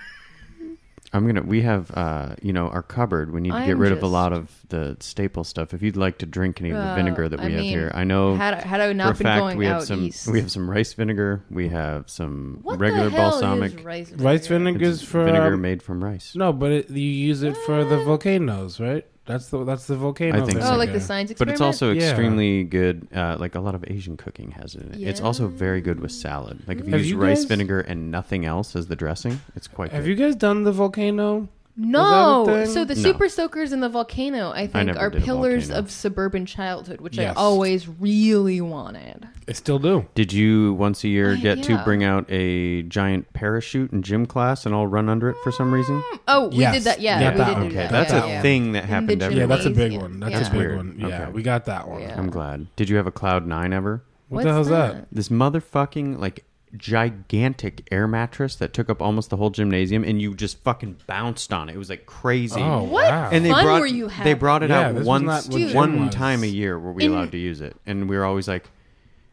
Speaker 1: I'm gonna. We have, uh, you know, our cupboard. We need to
Speaker 3: I
Speaker 1: get
Speaker 3: am
Speaker 1: rid of a
Speaker 3: just-
Speaker 1: lot of the staple stuff. If you'd like to drink any of the
Speaker 3: Uh,
Speaker 1: vinegar that we
Speaker 3: I
Speaker 1: have
Speaker 3: mean,
Speaker 1: here, I know.
Speaker 3: Had I- had I
Speaker 1: Oh, for a
Speaker 3: not been
Speaker 1: fact,
Speaker 3: going
Speaker 1: we have
Speaker 3: out
Speaker 1: some.
Speaker 3: east,
Speaker 1: We have some rice vinegar. We have some
Speaker 3: what
Speaker 1: regular
Speaker 3: the hell
Speaker 1: balsamic
Speaker 3: Is rice vinegar?
Speaker 2: rice vinegar's
Speaker 1: It's
Speaker 2: for
Speaker 1: vinegar
Speaker 2: um,
Speaker 1: made from rice.
Speaker 2: no, but it, you use it for the volcanoes, right? That's the that's the volcano.
Speaker 1: think
Speaker 3: Oh,
Speaker 1: so.
Speaker 3: like the
Speaker 2: vinegar.
Speaker 3: science
Speaker 1: But
Speaker 3: experiment.
Speaker 1: it's also
Speaker 2: Yeah.
Speaker 1: extremely good. Uh, like a lot of Asian cooking has it. In it. It's also very good with salad. Like if you
Speaker 2: Have
Speaker 1: use
Speaker 2: you
Speaker 1: rice
Speaker 2: guys-
Speaker 1: vinegar and nothing else as the dressing, it's quite
Speaker 2: Have
Speaker 1: good.
Speaker 2: you guys done the volcano? Is that a
Speaker 3: no.
Speaker 2: thing?
Speaker 3: So the
Speaker 1: No.
Speaker 3: super soakers and the volcano, I think,
Speaker 1: never
Speaker 3: are
Speaker 1: did a
Speaker 3: pillars
Speaker 1: volcano.
Speaker 3: of suburban childhood, which
Speaker 2: Yes.
Speaker 3: I always really wanted.
Speaker 2: I still do.
Speaker 1: Did you once a year
Speaker 3: Oh,
Speaker 1: get to
Speaker 3: yeah.
Speaker 1: bring out a giant parachute in gym class and all run under it for some reason?
Speaker 3: Oh, we
Speaker 2: Yes.
Speaker 3: did that. Yeah,
Speaker 2: Yeah,
Speaker 3: we
Speaker 2: that
Speaker 3: did
Speaker 2: one.
Speaker 3: do
Speaker 1: Okay,
Speaker 3: that.
Speaker 1: that's
Speaker 3: yeah,
Speaker 1: a
Speaker 3: yeah.
Speaker 1: thing that
Speaker 3: In
Speaker 1: happened
Speaker 3: the
Speaker 1: everywhere.
Speaker 2: Yeah,
Speaker 3: gym.
Speaker 2: that's a big
Speaker 3: Amazing.
Speaker 2: one. That's
Speaker 3: Yeah.
Speaker 2: a big
Speaker 1: Weird.
Speaker 2: one. Yeah,
Speaker 1: Okay.
Speaker 2: we got that one.
Speaker 3: Yeah.
Speaker 1: I'm glad. Did you have a Cloud 9 ever?
Speaker 2: What
Speaker 3: What's
Speaker 2: the hell's that?
Speaker 3: that?
Speaker 1: This motherfucking, like, gigantic air mattress that took up almost the whole gymnasium and you just fucking bounced on it. It was like crazy.
Speaker 2: Oh,
Speaker 3: What?
Speaker 2: wow.
Speaker 1: And they
Speaker 3: Fun
Speaker 1: brought
Speaker 3: were you
Speaker 1: they
Speaker 3: having?
Speaker 1: brought it
Speaker 2: Yeah,
Speaker 1: out
Speaker 2: this was
Speaker 1: once
Speaker 2: not what gym
Speaker 1: one
Speaker 2: was.
Speaker 1: time a year were we allowed to use it, and we were always like,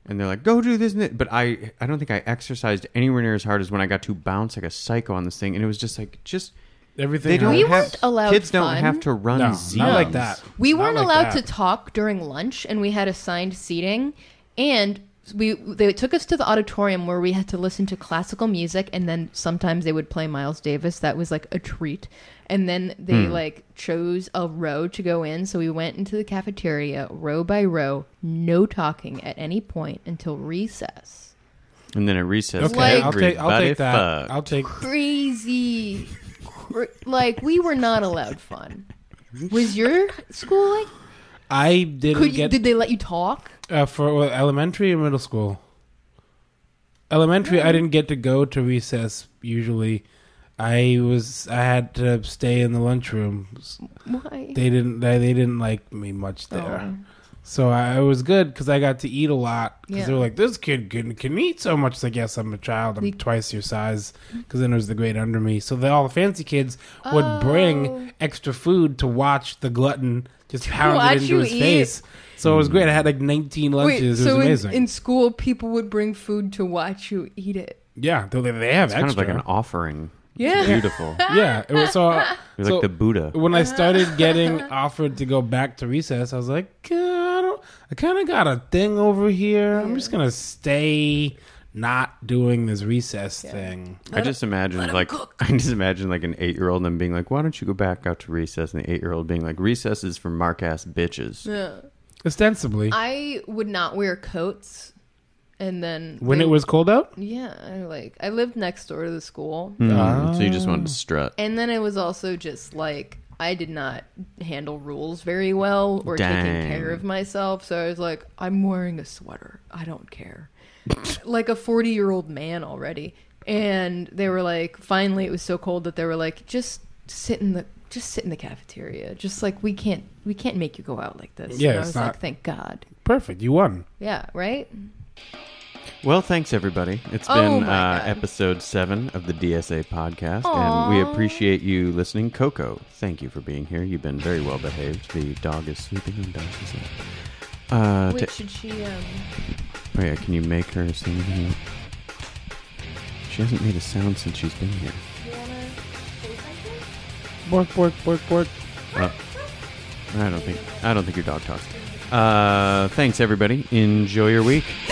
Speaker 1: and they're like, go do this and that. But I I don't think I exercised anywhere near as hard as when I got to bounce like a psycho on this thing, and it was just like just
Speaker 2: Everything.
Speaker 1: they don't
Speaker 2: else.
Speaker 3: We
Speaker 1: have
Speaker 3: weren't allowed
Speaker 1: kids don't
Speaker 3: fun.
Speaker 1: have to run
Speaker 2: No,
Speaker 1: zooms.
Speaker 2: not like that.
Speaker 3: We
Speaker 2: Not
Speaker 3: weren't
Speaker 2: like
Speaker 3: allowed
Speaker 2: that.
Speaker 3: to talk during lunch, and we had assigned seating. And we they took us to the auditorium where we had to listen to classical music, and then sometimes they would play Miles Davis. That was like a treat. And then
Speaker 1: Hmm.
Speaker 3: they like chose a row to go in, so we went into the cafeteria row by row, no talking at any point until recess.
Speaker 1: And then at recess,
Speaker 2: Okay,
Speaker 3: Like-
Speaker 2: I'll take. I'll
Speaker 1: everybody
Speaker 2: take that.
Speaker 1: fucked.
Speaker 2: I'll take.
Speaker 3: Crazy, Cra- like we were not allowed fun. Was your school like?
Speaker 2: I didn't
Speaker 3: Could you,
Speaker 2: get
Speaker 3: did they let you talk?
Speaker 2: uh, for well, elementary and middle school. Elementary, I didn't get to go to recess. Usually, I was I had to stay in the lunchroom.
Speaker 3: Why? Oh.
Speaker 2: They didn't. They, they didn't like me much there. So I, it was good because I got to eat a lot. Because
Speaker 3: Yeah.
Speaker 2: they were like, "This kid can, can eat so much." It's like, yes, I'm a child. I'm
Speaker 3: You-
Speaker 2: twice your size. Because then there was the grade under me. So the, all the fancy kids would
Speaker 3: Oh.
Speaker 2: bring extra food to watch the glutton just pound
Speaker 3: watch
Speaker 2: it into
Speaker 3: you
Speaker 2: his
Speaker 3: eat.
Speaker 2: face. So it was great. I had like 19 lunches.
Speaker 3: Wait,
Speaker 2: it was
Speaker 3: so in,
Speaker 2: amazing.
Speaker 3: in school, people would bring food to watch you eat it.
Speaker 2: yeah, they, they have
Speaker 1: It's
Speaker 2: extra.
Speaker 1: kind of like an offering.
Speaker 3: Yeah. [LAUGHS]
Speaker 1: Beautiful.
Speaker 2: yeah, it was so.
Speaker 1: You're
Speaker 2: so
Speaker 1: like the Buddha.
Speaker 2: when I started getting offered to go back to recess, I was like, "Uh, I don't, I kind of got a thing over here. I'm just gonna stay not doing this recess thing.
Speaker 1: I just imagine like [LAUGHS] I just imagine like an eight year old and them being like, "Why don't you go back out to recess?" And the eight year old being like, "Recess is for mark ass bitches."
Speaker 3: Mm.
Speaker 2: Ostensibly,
Speaker 3: I would not wear coats, and then
Speaker 2: when
Speaker 3: they-
Speaker 2: it was cold out,
Speaker 3: yeah, I like I lived next door to the school,
Speaker 1: Mm, so you just wanted to strut.
Speaker 3: and then it was also just like I did not handle rules very well or
Speaker 1: Dang.
Speaker 3: taking care of myself, so I was like, I'm wearing a sweater, I don't care, [LAUGHS] like a 40 year old man already. And they were like, finally, it was so cold that they were like, just sit in the just sit in the cafeteria, just like we can't we can't make you go out like this.
Speaker 2: Yeah,
Speaker 3: and I
Speaker 2: it's
Speaker 3: was
Speaker 2: not-
Speaker 3: like, thank God,
Speaker 2: perfect. You won.
Speaker 3: yeah, right.
Speaker 1: Well, thanks everybody. It's
Speaker 3: Oh
Speaker 1: been
Speaker 3: my
Speaker 1: uh,
Speaker 3: God.
Speaker 1: episode seven of the DSA podcast, and we appreciate you listening. Coco, thank you for being here. You've been very well behaved. The dog is sleeping on Darcy's lap. Uh,
Speaker 3: Wait,
Speaker 1: to-
Speaker 3: should she? Um...
Speaker 1: oh yeah, can you make her sing? here? She hasn't made a sound since she's been here.
Speaker 2: Bork, bork, bork, bork.
Speaker 1: I don't think I don't think your dog talks. Uh, thanks everybody. Enjoy your week.